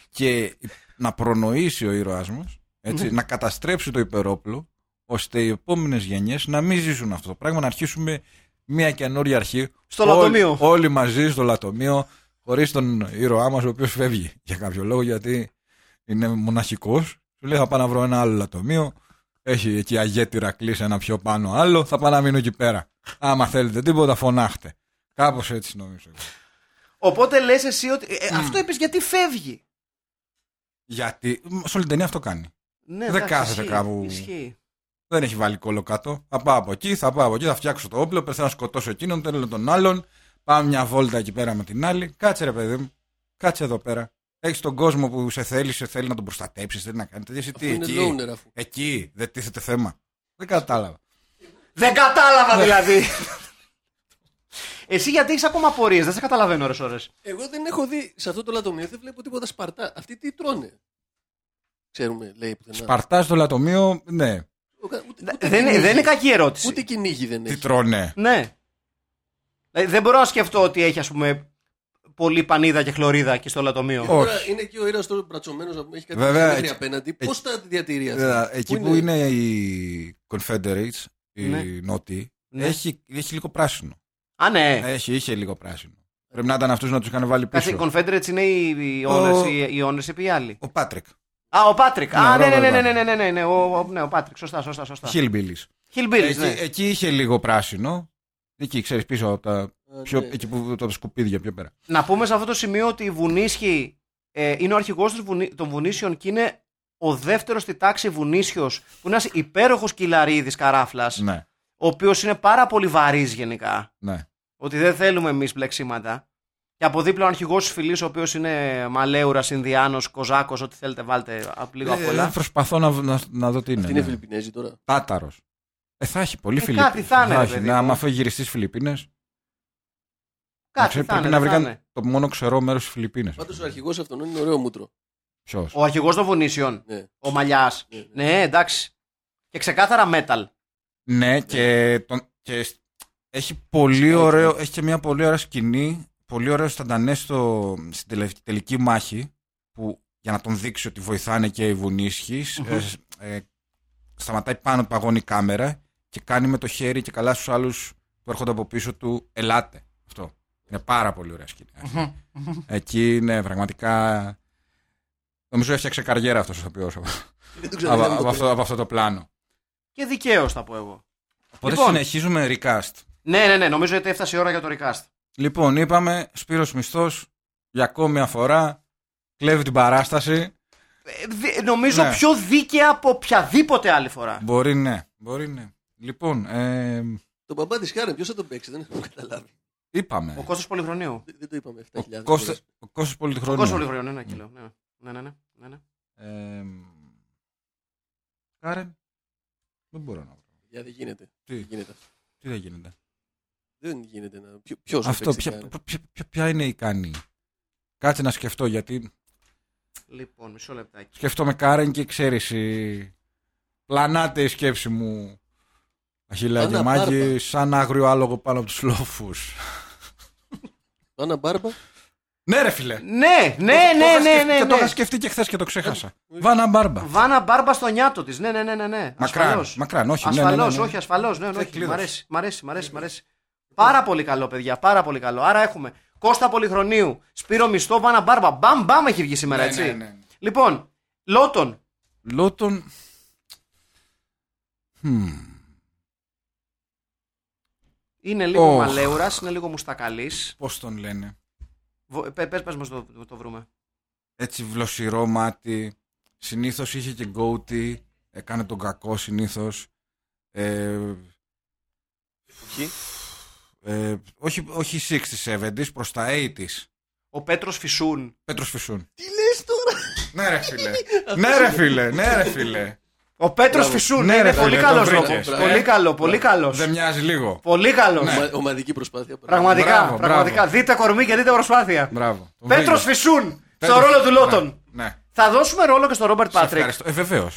S2: και να προνοήσει ο ήρωάς μας, έτσι,
S1: Ναι.
S2: να καταστρέψει το υπερόπλο, ώστε οι επόμενες γενιές να μην ζήσουν αυτό το πράγμα, να αρχίσουμε μια καινούργια αρχή.
S1: Στο
S2: Όλοι-
S1: λατομείο.
S2: Όλοι μαζί στο λατομείο, χωρίς τον ήρωά μας, ο οποίος φεύγει για κάποιο λόγο, γιατί είναι μοναχικός. Σου λέει: Θα πάω να βρω ένα άλλο λατομείο. Έχει εκεί αγέτηρα κλείσει ένα πιο πάνω άλλο. Θα πάω να μείνω εκεί πέρα. Άμα θέλετε τίποτα, φωνάχτε. Κάπως έτσι νομίζω.
S1: Οπότε λες εσύ ότι. ε, ε, αυτό είπες γιατί φεύγει.
S2: Γιατί μ, σε όλη την ταινία αυτό κάνει.
S1: Ναι,
S2: Δεν
S1: εντάξει,
S2: κάθεσαι
S1: ισχύει,
S2: κάπου.
S1: Ισχύει.
S2: Δεν έχει βάλει κόλλο κάτω. Θα πάω από εκεί, θα πάω από εκεί, θα φτιάξω το όπλο. Πρέπει να σκοτώσω εκείνον, θέλω τον άλλον. Πάμε μια βόλτα εκεί πέρα με την άλλη. Κάτσε ρε παιδί μου, κάτσε εδώ πέρα. Έχεις τον κόσμο που σε θέλει, σε θέλει να τον προστατέψεις, θέλει να κάνει τέτοια. Εσύ
S3: Αυτό
S2: τι,
S3: είναι
S2: εκεί,
S3: loner αφού.
S2: εκεί, δεν τίθεται θέμα. Δεν κατάλαβα.
S1: Δεν κατάλαβα δηλαδή. Εσύ γιατί έχεις ακόμα απορίες, δεν σε καταλαβαίνω ώρες ώρες.
S3: Εγώ δεν έχω δει σε αυτό το λατομείο, δεν βλέπω τίποτα Σπαρτά. Αυτοί τι τρώνε. Ξέρουμε, λέει πουθενά.
S2: Σπαρτά στο λατομείο, ναι,
S3: Ο κα- Ούτε, ούτε
S1: Δεν, είναι-
S3: κυνήγι.
S1: δεν είναι κακή ερώτηση.
S3: ναι. Ούτε κυνήγι δεν
S2: τι
S3: έχει.
S2: τρώνε.
S1: Ναι. Δηλαδή, δεν μπορώ να σκεφτώ ότι έχει, ας πούμε, πολλή πανίδα και χλωρίδα και στο λατομείο.
S2: Ο-
S3: Τώρα
S2: όχι.
S3: είναι και ο ήρωας τώρα μπρατσωμένος, έχει κάτι
S2: Βέβαια,
S3: Βέβαια,
S2: εκεί-
S3: απέναντι.
S2: εκεί-
S3: Πώς τα διατηρεί
S2: Ε,
S3: αυτά.
S2: Εκεί που είναι οι Confederates, οι
S1: Ναι.
S2: Νότιοι,
S1: Ναι.
S2: έχει, έχει λίγο πράσινο.
S1: Α, ναι.
S2: Έχει, είχε λίγο πράσινο. Πρέπει να ήταν αυτούς να τους είχαν βάλει
S1: Κάτσε, οι
S2: πίσω.
S1: Confederates είναι οι, οι owners, οι, οι owners ή οι άλλοι.
S2: Ο Πάτρικ.
S1: Α, ο Πάτρικ.
S2: Ναι,
S1: Α, ναι,
S2: Robert
S1: ναι, ναι, ναι,
S2: Patrick.
S1: ναι, ναι, ναι, ναι, ναι, ο, ο- ναι, ο Πάτρικ. Σωστά, σωστά, σωστά.
S2: Hillbillies.
S1: Χιλμπίρι,
S2: εκεί,
S1: ναι.
S2: εκεί είχε λίγο πράσινο. Εκεί, ξέρεις, πίσω από τα.
S1: Ε,
S3: Α,
S2: Πιο,
S3: ναι.
S2: Εκεί που τα σκουπίδια πιο πέρα.
S1: Να πούμε σε αυτό το σημείο ότι η Βουνίσχη ε, είναι ο αρχηγός των Βουνίσιων και είναι ο δεύτερος στη τάξη Βουνίσιος, που είναι ένας υπέροχος κυλαρίδης καράφλας,
S2: Ναι,
S1: ο οποίος είναι πάρα πολύ βαρύς γενικά.
S2: ναι.
S1: Ότι δεν θέλουμε εμείς μπλεξίματα. Και από δίπλα ο αρχηγός της φυλής, ο οποίος είναι μαλέουρας, Ινδιάνος, Κοζάκος, ό,τι θέλετε, βάλτε απ' λίγο απ'
S2: Ε,
S1: όλα.
S2: προσπαθώ να, να, να δω τι είναι.
S3: Αυτή είναι Φιλιππινέζη τώρα.
S2: Τάταρος. Ε, θα έχει πολύ
S1: Ε,
S2: Φιλιππίνε.
S1: κάτι θα είναι, ρε παιδί
S2: ναι,
S1: μου.
S2: άμα αφού γυριστεί στι Φιλιππίνες.
S1: Κάτι θα
S2: πρέπει
S1: είναι,
S2: να
S1: θα
S2: βρει καν-
S1: είναι.
S2: το μόνο ξερό μέρος στι Φιλιππίνες.
S3: Πάντως ο αρχηγός αυτόν είναι ωραίο μούτρο.
S2: Ποιος.
S1: Ο αρχηγός των Βουνίσιων,
S3: Ναι.
S1: ο Μαλιάς.
S3: Ναι, ναι.
S1: Ναι, εντάξει. Και ξεκάθαρα metal.
S2: Ναι, και, τον, και σ- έχει πολύ ωραίο, έχει και μια πολύ ωραία σκηνή, πολύ ωραίο σταντανέ στο, στην τελε- τελική μάχη, που για να τον δείξει ότι βοηθάνε και οι βουνίσχεις,
S1: Μμμ.
S2: ε, σ- ε, σταματάει πάνω, παγώνει η κάμερα και κάνει με το χέρι και καλά στους άλλους που έρχονται από πίσω του, ελάτε. Αυτό. Είναι πάρα πολύ ωραία σκηνή. Εκεί είναι πραγματικά... Νομίζω έφτιαξε καριέρα αυτός ο ηθοποιός από,
S3: Δεν τον
S2: από,
S3: ξαναλέμε
S2: από
S3: ποτέ.
S2: αυτό, από αυτό το πλάνο.
S1: Και δικαίως θα πω εγώ.
S2: Οπότε
S1: Λοιπόν.
S2: συνεχίζουμε recast.
S1: Ναι, ναι, ναι, νομίζω ότι έφτασε η ώρα για το recast.
S2: Λοιπόν, είπαμε Σπύρος Μισθός για ακόμη μια φορά κλέβει την παράσταση.
S1: Ε, δι- νομίζω
S2: Ναι.
S1: πιο δίκαια από οποιαδήποτε άλλη φορά.
S2: Μπορεί ναι, μπορεί ναι. Λοιπόν, ε,
S3: Το μπαμπά της Κάρεν, ποιος θα τον παίξει, δεν έχω καταλάβει.
S2: είπαμε.
S1: Ο Κώστας Πολυχρονίου.
S3: Δεν δεν το είπαμε
S2: Ο
S3: 7.000.
S2: Κώστας- ο Κώστας
S1: Ο
S2: Πολιτχρόνου.
S1: Κώστας Πολυχρονίου, ναι, κιλό. Ναι, ναι, ναι. ναι, ναι, ναι.
S2: Ε, Κάρεν, δεν μπορώ να βρω.
S3: Για δεν γίνεται.
S2: Τι,
S3: Δεν γίνεται. αυτό.
S2: τι δεν γίνεται.
S3: Δεν γίνεται να. Ποιο θα
S2: Αυτό,
S3: παίξει.
S2: ποια,
S3: την Κάρεν.
S2: ποια, ποια- ποια είναι η ικανή. Κάτσε να σκεφτώ, γιατί
S1: Λοιπόν, μισό λεπτάκι.
S2: σκεφτόμαι Κάρεν και ξέρεις, η... πλανάται η σκέψη μου. Αχίλα
S3: Σαν να
S2: Διαμάκη,
S3: πάρτα.
S2: σαν άγριο άλογο πάνω από τους λόφους.
S3: Άννα Μπάρμπα.
S2: Ναι, ρε φιλέ.
S1: Ναι, ναι,
S2: Το
S1: ναι,
S2: είχα
S1: ναι,
S2: σκεφτεί-
S1: ναι,
S2: Και το είχα
S1: ναι.
S2: σκεφτεί και χθες και το ξέχασα. Βάνα μπάρμπα.
S1: Βάνα μπάρμπα στο νιάτο της. Ναι, ναι, ναι, ναι. ναι.
S2: Μακράν.
S1: Ασφαλώς.
S2: Μακράν, όχι. ναι, ναι, ναι,
S1: Ασφαλώς,
S2: ναι.
S1: όχι, ασφαλώς. Ναι, ναι, όχι. Μ'
S2: κλείδωσε.
S1: αρέσει, μ' αρέσει, μ' αρέσει. Μ αρέσει. Πάρα πολύ καλό, παιδιά. Πάρα πολύ καλό. Άρα έχουμε Κώστα Πολυχρονίου, Σπύρο Μισθό, Βάνα Μπάρμπα. Μπαμ, μπαμ έχει βγει σήμερα,
S2: Ναι,
S1: έτσι.
S2: ναι, ναι.
S1: Λοιπόν, Λότον.
S2: Λότον. Χμ.
S1: Είναι λίγο
S2: Ωχ.
S1: μαλέουρας, είναι λίγο μουστακαλής.
S2: Πώς τον λένε.
S1: Πε, πες, πες μας το, το βρούμε.
S2: Έτσι βλωσιρό μάτι. Συνήθως είχε και γκόουτι. Έκανε τον κακό συνήθως. Ε, ε, όχι, όχι 60s, 70s, προς τα 80s.
S1: Ο Πέτρος Φυσούν.
S2: Πέτρος Φυσούν.
S3: Τι λες τώρα.
S2: Ναι, ρε φίλε. ναι, ρε φίλε. Ναι, ρε φίλε.
S1: Ο Πέτρος
S3: Μπράβο.
S1: Φυσούν
S2: Ναι,
S1: είναι
S2: ρε,
S1: πολύ
S2: το
S1: καλό
S2: βρήκες.
S1: λόγο.
S3: Μπράβο.
S1: Πολύ καλό, πολύ καλός.
S2: Δεν μοιάζει λίγο.
S1: Πολύ καλός.
S3: Ομα- Ομαδική προσπάθεια.
S1: Πραγματικά,
S2: Μπράβο,
S1: πραγματικά.
S2: μπράβο.
S1: Δείτε κορμί και δείτε προσπάθεια.
S2: Μπράβο. Τον
S1: Πέτρος
S2: βρήκα.
S1: Φυσούν στο
S2: Πέτρος.
S1: ρόλο του Λότον.
S2: Ναι. ναι.
S1: Θα δώσουμε ρόλο και στον Ρόμπερτ
S2: Σε
S1: Πάτρικ.
S2: ευχαριστώ. Ε, βεβαίως.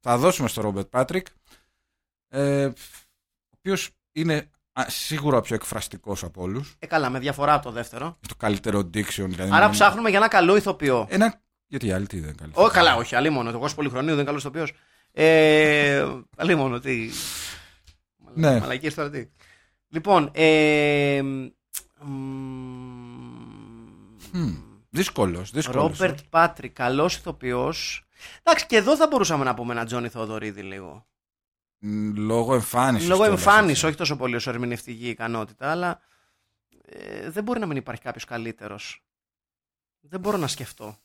S2: Θα δώσουμε στον Ρόμπερτ Πάτρικ. Ε, ο οποίος είναι α, σίγουρα πιο εκφραστικός από όλους.
S1: Ε, καλά, με διαφορά από το δεύτερο.
S2: Το καλύτερο diction. Δηλαδή,
S1: Άρα
S2: είναι-
S1: ψάχνουμε για ένα καλό ηθοποιό.
S2: Ένα... Γιατί οι άλλοι τι δεν καλύτερο.
S1: Ω, καλά, όχι, αλίμονο. Εγώ σου πολυχρονίου δεν είναι καλός ηθοποιός. Ε, αλίμονο, τι.
S2: Ναι.
S1: Μαλακίες τώρα τι. Λοιπόν, ε, μ,
S2: Δύσκολος.
S1: Ρόμπερτ Πάτρικ, καλός ηθοποιός. Εντάξει, και εδώ θα μπορούσαμε να πούμε ένα Τζόνι Θεοδωρίδη λίγο.
S2: Λόγω εμφάνισης.
S1: Λόγω εμφάνιση, όχι τόσο πολύ ω ερμηνευτική ικανότητα, αλλά ε, δεν μπορεί να μην υπάρχει κάποιος καλύτερος. Δεν μπορώ να σκεφτώ.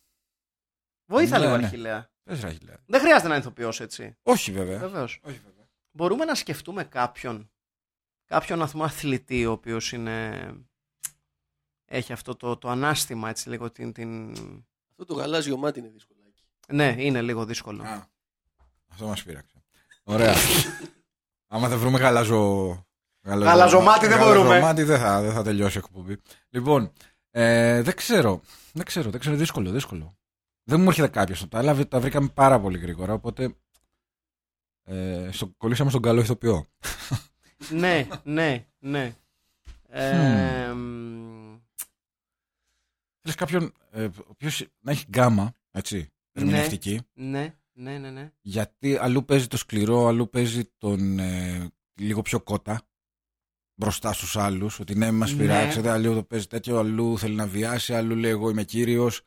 S1: Βοήθα
S2: Ναι,
S1: λίγο,
S2: ναι.
S1: Αρχιλέα.
S2: όχι.
S1: Δεν χρειάζεται να είναι ηθοποιός έτσι.
S2: Όχι βέβαια.
S1: Βεβαίως.
S2: Όχι, βέβαια.
S1: Μπορούμε να σκεφτούμε κάποιον. Κάποιον αθμό αθλητή, ο οποίος είναι. Έχει αυτό το, το ανάστημα, έτσι λίγο την, την.
S3: Αυτό το γαλάζιο μάτι είναι δύσκολο.
S1: Ναι, είναι λίγο δύσκολο.
S2: Α, αυτό μας πείραξε. Ωραία. Άμα δεν βρούμε γαλαζο... γαλαζο-
S1: Γαλαζομάτι δεν μπορούμε.
S2: Γαλαζομάτι δεν θα, δεν θα τελειώσει η εκπομπή. Λοιπόν, ε, δεν ξέρω. Δεν ξέρω, δεν ξέρω. Δύσκολο, δύσκολο. Δεν μου έρχεται κάποιος. Τα, άλλα τα βρήκαμε πάρα πολύ γρήγορα, οπότε. Ε, στο, κολλήσαμε στον καλό ηθοποιό.
S1: ναι, ναι, ναι. Ε, μ,
S2: Θέλεις κάποιον ε, ο οποίος να έχει γκάμα, έτσι,
S1: Ναι.
S2: ερμηνευτική.
S1: ναι, ναι, ναι, ναι.
S2: Γιατί αλλού παίζει το σκληρό, αλλού παίζει τον ε, λίγο πιο κότα μπροστά στους άλλους, ότι ναι, μας
S1: Ναι.
S2: πειράξετε, αλλού το παίζει τέτοιο, αλλού θέλει να βιάσει, αλλού λέει εγώ είμαι κύριος.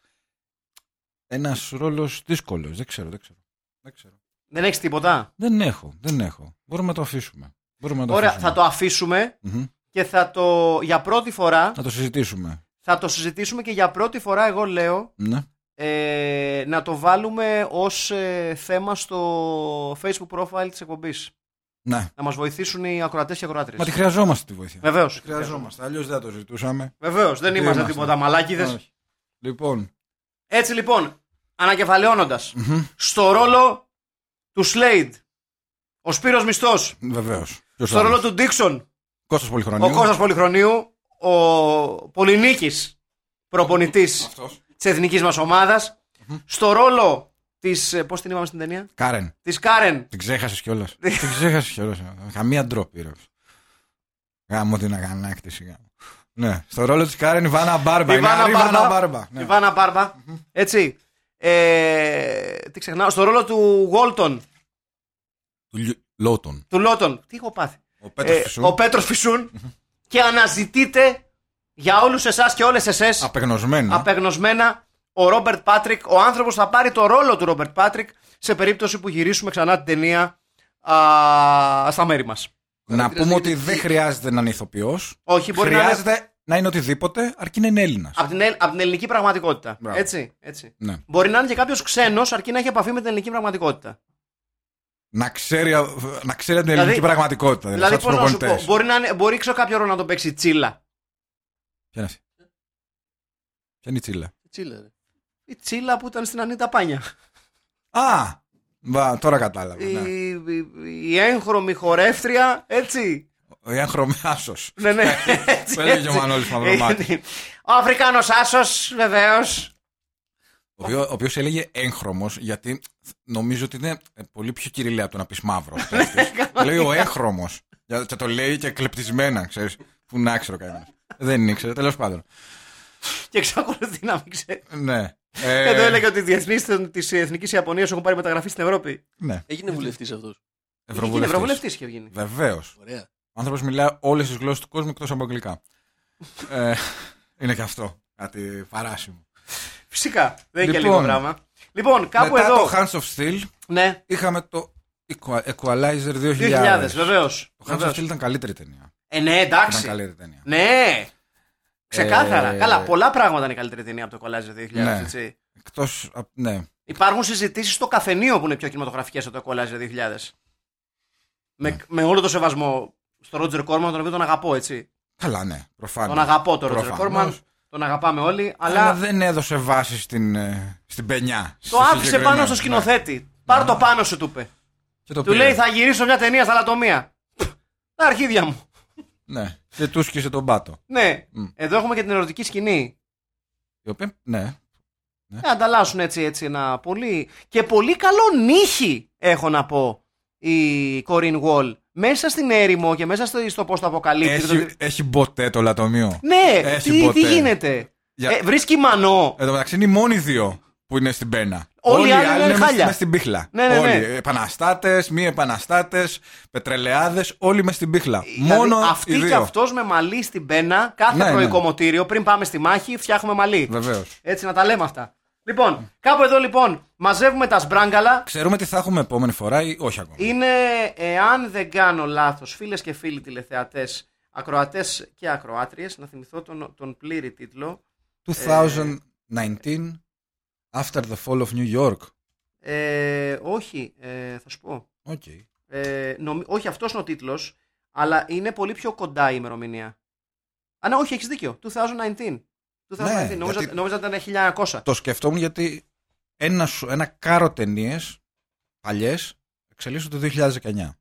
S2: Ένας ρόλος δύσκολος, δεν ξέρω, δεν ξέρω. Δεν, ξέρω.
S1: Δεν έχεις τίποτα.
S2: δεν έχω, δεν έχω. Μπορούμε να το αφήσουμε. Μπορούμε να το
S1: Ωραία,
S2: αφήσουμε.
S1: θα το αφήσουμε
S2: Μμμ.
S1: και θα το. Για πρώτη φορά
S2: Να το συζητήσουμε.
S1: θα το συζητήσουμε και για πρώτη φορά, εγώ λέω,
S2: Ναι.
S1: ε, να το βάλουμε ως ε, θέμα στο facebook profile της εκπομπής.
S2: ναι.
S1: Να μας βοηθήσουν οι ακροατές και οι
S2: Μα τη
S1: ακροάτριες.
S2: χρειαζόμαστε τη βοήθεια.
S1: Βεβαίως.
S2: Χρειαζόμαστε, αλλιώς δεν θα το ζητούσαμε.
S1: Βεβαίως, δεν
S2: Δεν
S1: είμαστε
S2: είμαστε.
S1: τίποτα μαλάκιδες.
S2: Όχι. Λοιπόν,
S1: Έτσι λοιπόν, ανακεφαλαιώνοντας,
S2: μμμ,
S1: στο ρόλο του Slade, ο Σπύρος Μισθός,
S2: βεβαίως.
S1: στο ρόλο του Dixon,
S2: Κώστας Πολυχρονίου.
S1: ο Κώστας Πολυχρονίου, ο Πολυνίκης, προπονητής
S2: Αυτός.
S1: της εθνικής μας ομάδας, στο ρόλο της, ε, πώς την είπαμε στην ταινία,
S2: Κάρεν.
S1: της Κάρεν,
S2: Την ξέχασες κιόλας. την ξέχασες κιόλας. Καμία ντροπή, ρε. Γάμω την αγανάκτηση. γάμο. Ναι, στο ρόλο της Κάρεν η Βάνα Μπάρμπα.
S1: Η
S2: Είναι
S1: Βάνα
S2: άρρη
S1: Μπάρμπα.
S2: Βάνα Μπάρμπα.
S1: Η
S2: Ναι.
S1: Βάνα Μπάρμπα. Έτσι. Ε, τι ξεχνάω, στο ρόλο του Γόλτον,
S2: Του Λι- Λότον.
S1: του Λότον. Τι έχω πάθει.
S2: Ο Πέτρος
S1: Ε, ο Πέτρος Φυσούν. και αναζητείτε για όλους εσάς και όλες εσές
S2: Απεγνωσμένο.
S1: απεγνωσμένα ο Ρόμπερτ Πάτρικ. Ο άνθρωπος θα πάρει το ρόλο του Ρόμπερτ Πάτρικ σε περίπτωση που γυρίσουμε ξανά την ταινία α, στα μέρη μας.
S2: Να πούμε ότι
S3: Χρειάζεται-
S2: δεν χρειάζεται να είναι ηθοποιός.
S1: Όχι, Ε, μπορεί να είναι
S2: Χρειάζεται να είναι οτιδήποτε αρκεί να είναι Έλληνας.
S1: από την, ελ- απ' την ελληνική πραγματικότητα.
S2: Μπράβο.
S1: Έτσι, έτσι.
S2: Ναι.
S1: Μπορεί να είναι και κάποιος ξένος αρκεί να έχει επαφή με την ελληνική πραγματικότητα.
S2: Να ξέρει, να ξέρει την ελληνική
S1: Δηλαδή-
S2: πραγματικότητα.
S1: Δηλαδή,
S2: Δηλαδή,
S1: πώς να
S2: σαν
S1: σου
S2: του
S1: πω,
S2: προπονητέ.
S1: μπορεί, να, είναι- μπορεί ξέρω κάποιο ρόλο να τον παίξει τσίλα.
S2: Ποια είναι αυτή. Ποια είναι η τσίλα.
S3: Τσίλα, ρε.
S1: Η τσίλα που ήταν στην Ανίτα Πάνια.
S2: Α! Μπα, τώρα κατάλαβα.
S1: Η,
S2: ναι.
S1: Ε, η, η έγχρωμη χορεύτρια, έτσι.
S2: Ο Ιαν Χρωμιάσος.
S1: ναι, ναι. έτσι,
S2: Το έλεγε
S1: έτσι.
S2: ο Μανώλης Μαυρομάτης.
S1: Ο Αφρικάνος Άσος, βεβαίως.
S2: Ο οποίος οποίος έλεγε έγχρωμος, γιατί νομίζω ότι είναι ε, πολύ πιο κυριλαία από το να πεις μαύρος.
S1: Ναι,
S2: Το λέει ο έγχρωμος. Και το λέει και κλεπτισμένα, ξέρεις. Που να ξέρω κανένας. Δεν ήξερε, τέλος πάντων.
S1: Και εξακολουθεί να μην ξέρει.
S2: Ναι.
S1: Εδώ Ε, έλεγε ότι οι διεθνείς της Εθνικής Ιαπωνίας έχουν πάρει μεταγραφή στην Ευρώπη.
S2: Ναι.
S3: Έγινε βουλευτής αυτός.
S1: Είναι ευρωβουλευτής είχε βγει.
S2: Βεβαίως.
S3: Ωραία.
S2: Ο άνθρωπος μιλάει όλες τις γλώσσες του κόσμου εκτός από αγγλικά. Ε, είναι και αυτό. Κάτι παράσιμο.
S1: Φυσικά. Δεν είναι και
S2: Λοιπόν.
S1: λίγο πράγμα. Λοιπόν, κάπου
S2: Μετά
S1: εδώ.
S2: το Hands of Steel
S1: Ναι,
S2: είχαμε το Equa- Equalizer 2000.
S1: 2000, βεβαίως.
S2: Το Hands of Steel ήταν καλύτερη ταινία.
S1: Ε, ναι,
S2: Ήταν
S1: εντάξει.
S2: καλύτερη ταινία.
S1: Ναι! Ξεκάθαρα.
S2: Ε,
S1: Καλά, πολλά πράγματα είναι καλύτερη ταινία από το Equalizer 2000.
S2: Ναι.
S1: Έτσι.
S2: Εκτός. Ναι.
S1: Υπάρχουν συζητήσεις στο καφενείο που είναι πιο κινηματογραφικές από το Equalizer 2000.
S2: Ναι.
S1: Με, με όλο το σεβασμό στο Ρότζερ Κόρμαν, τον οποίο τον αγαπώ, έτσι.
S2: Καλά, ναι, προφανώς.
S1: Τον αγαπώ τον Ρότζερ Κόρμαν, τον αγαπάμε όλοι,
S2: Αλλά...
S1: αλλά,
S2: δεν έδωσε βάση στην, ε, στην πενιά. Ναι.
S1: το άφησε πάνω στο σκηνοθέτη. Πάρ το πάνω σου, του είπε.
S2: Και το
S1: Του
S2: πήρε.
S1: λέει θα γυρίσω μια ταινία στα λατομεία. Τα αρχίδια μου.
S2: Ναι. Και του σκίσε τον πάτο.
S1: Ναι.
S2: Μμ.
S1: Εδώ έχουμε και την ερωτική σκηνή.
S2: Η οποία- Ναι.
S1: Ε, ανταλλάσσουν έτσι, έτσι ένα πολύ. Και πολύ καλό νύχι, έχω να πω, η Κορίν Γουόλ. Μέσα στην έρημο και μέσα στο, στο πώ το αποκαλύπτει.
S2: Έχει,
S1: Το-
S2: έχει μποτέ το λατομείο.
S1: Ναι,
S2: έχει
S1: τι,
S2: ποτέ.
S1: τι γίνεται.
S2: Ε, Για-
S1: Ε, βρίσκει μανό.
S2: Εν τω μεταξύ είναι οι μόνοι δύο που είναι στην πένα.
S1: Όλοι οι άλλοι είναι
S2: μες-
S1: χάλια.
S2: μες στην πίχλα.
S1: Ναι, ναι, ναι.
S2: Όλοι. Επαναστάτες, μη επαναστάτες, πετρελαιάδες, όλοι μες στην πίχλα.
S1: Δηλαδή,
S2: Μόνο οι
S1: αυτή
S2: δύο.
S1: και αυτός με μαλλί στην πένα, κάθε
S2: Ναι, ναι.
S1: προοικομωτήριο, πριν πάμε στη μάχη, φτιάχνουμε μαλλί.
S2: Βεβαίως.
S1: Έτσι να τα λέμε αυτά. Λοιπόν, κάπου εδώ λοιπόν μαζεύουμε τα σμπράγκαλα.
S2: Ξέρουμε τι θα έχουμε επόμενη φορά ή όχι ακόμα.
S1: Είναι, εάν δεν κάνω λάθος, φίλες και φίλοι τηλεθεατές, ακροατές και ακροάτριες, να θυμηθώ τον, τον πλήρη τίτλο.
S2: 2019 After the Fall of New York.
S1: Ε, όχι, ε, θα σου πω.
S2: Οκ.
S1: Ε, νομι- όχι, αυτός είναι ο τίτλος, αλλά είναι πολύ πιο κοντά η ημερομηνία. Α, ναι, όχι, έχεις δίκιο. 2019. 2019.
S2: Ναι,
S1: νόμιζα,
S2: γιατί-
S1: νόμιζα ότι ήταν 1900.
S2: Το σκεφτόμουν γιατί ένα, σου- ένα κάρο ταινίες παλιές εξελίσσονται το 2019.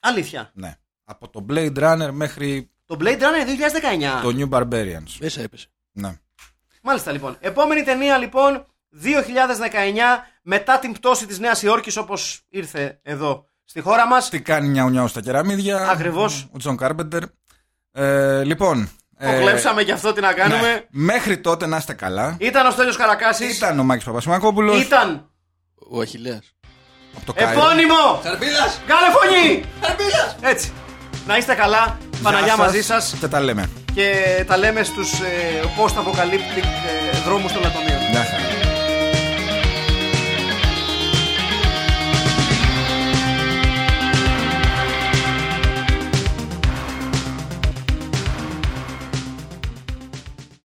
S1: Αλήθεια.
S2: Ναι. Από το Blade Runner μέχρι
S1: Το Blade Runner είναι 2019.
S2: το New Barbarians.
S3: Μέσα έπεσε.
S2: Ναι.
S1: Μάλιστα λοιπόν. Επόμενη ταινία λοιπόν 2019 μετά την πτώση της Νέας Υόρκης όπως ήρθε εδώ στη χώρα μας.
S2: Τι κάνει μια ουνιά στα κεραμίδια.
S1: Ακριβώς.
S2: Ο Τζον Κάρπεντερ. Ε, λοιπόν.
S1: Το κλέψαμε και αυτό τι να
S2: ναι.
S1: κάνουμε.
S2: Μέχρι τότε να είστε καλά.
S1: Ήταν ο Στέλιος Καρακάσης.
S2: Ήταν ο Μάκης Παπασημακόπουλος.
S1: Ήταν.
S3: Ο Αχηλέα.
S2: Από το Κάιρο.
S1: Επώνυμο.
S3: Καρμπίλας!
S1: Κάνε φωνή.
S3: Καρμπίλας!
S1: Έτσι. Να είστε καλά.
S2: Γεια
S1: Παναγιά μαζί σας
S2: Και τα λέμε.
S1: και τα λέμε στους ε, post-apocalyptic ε, δρόμους των λατομείων.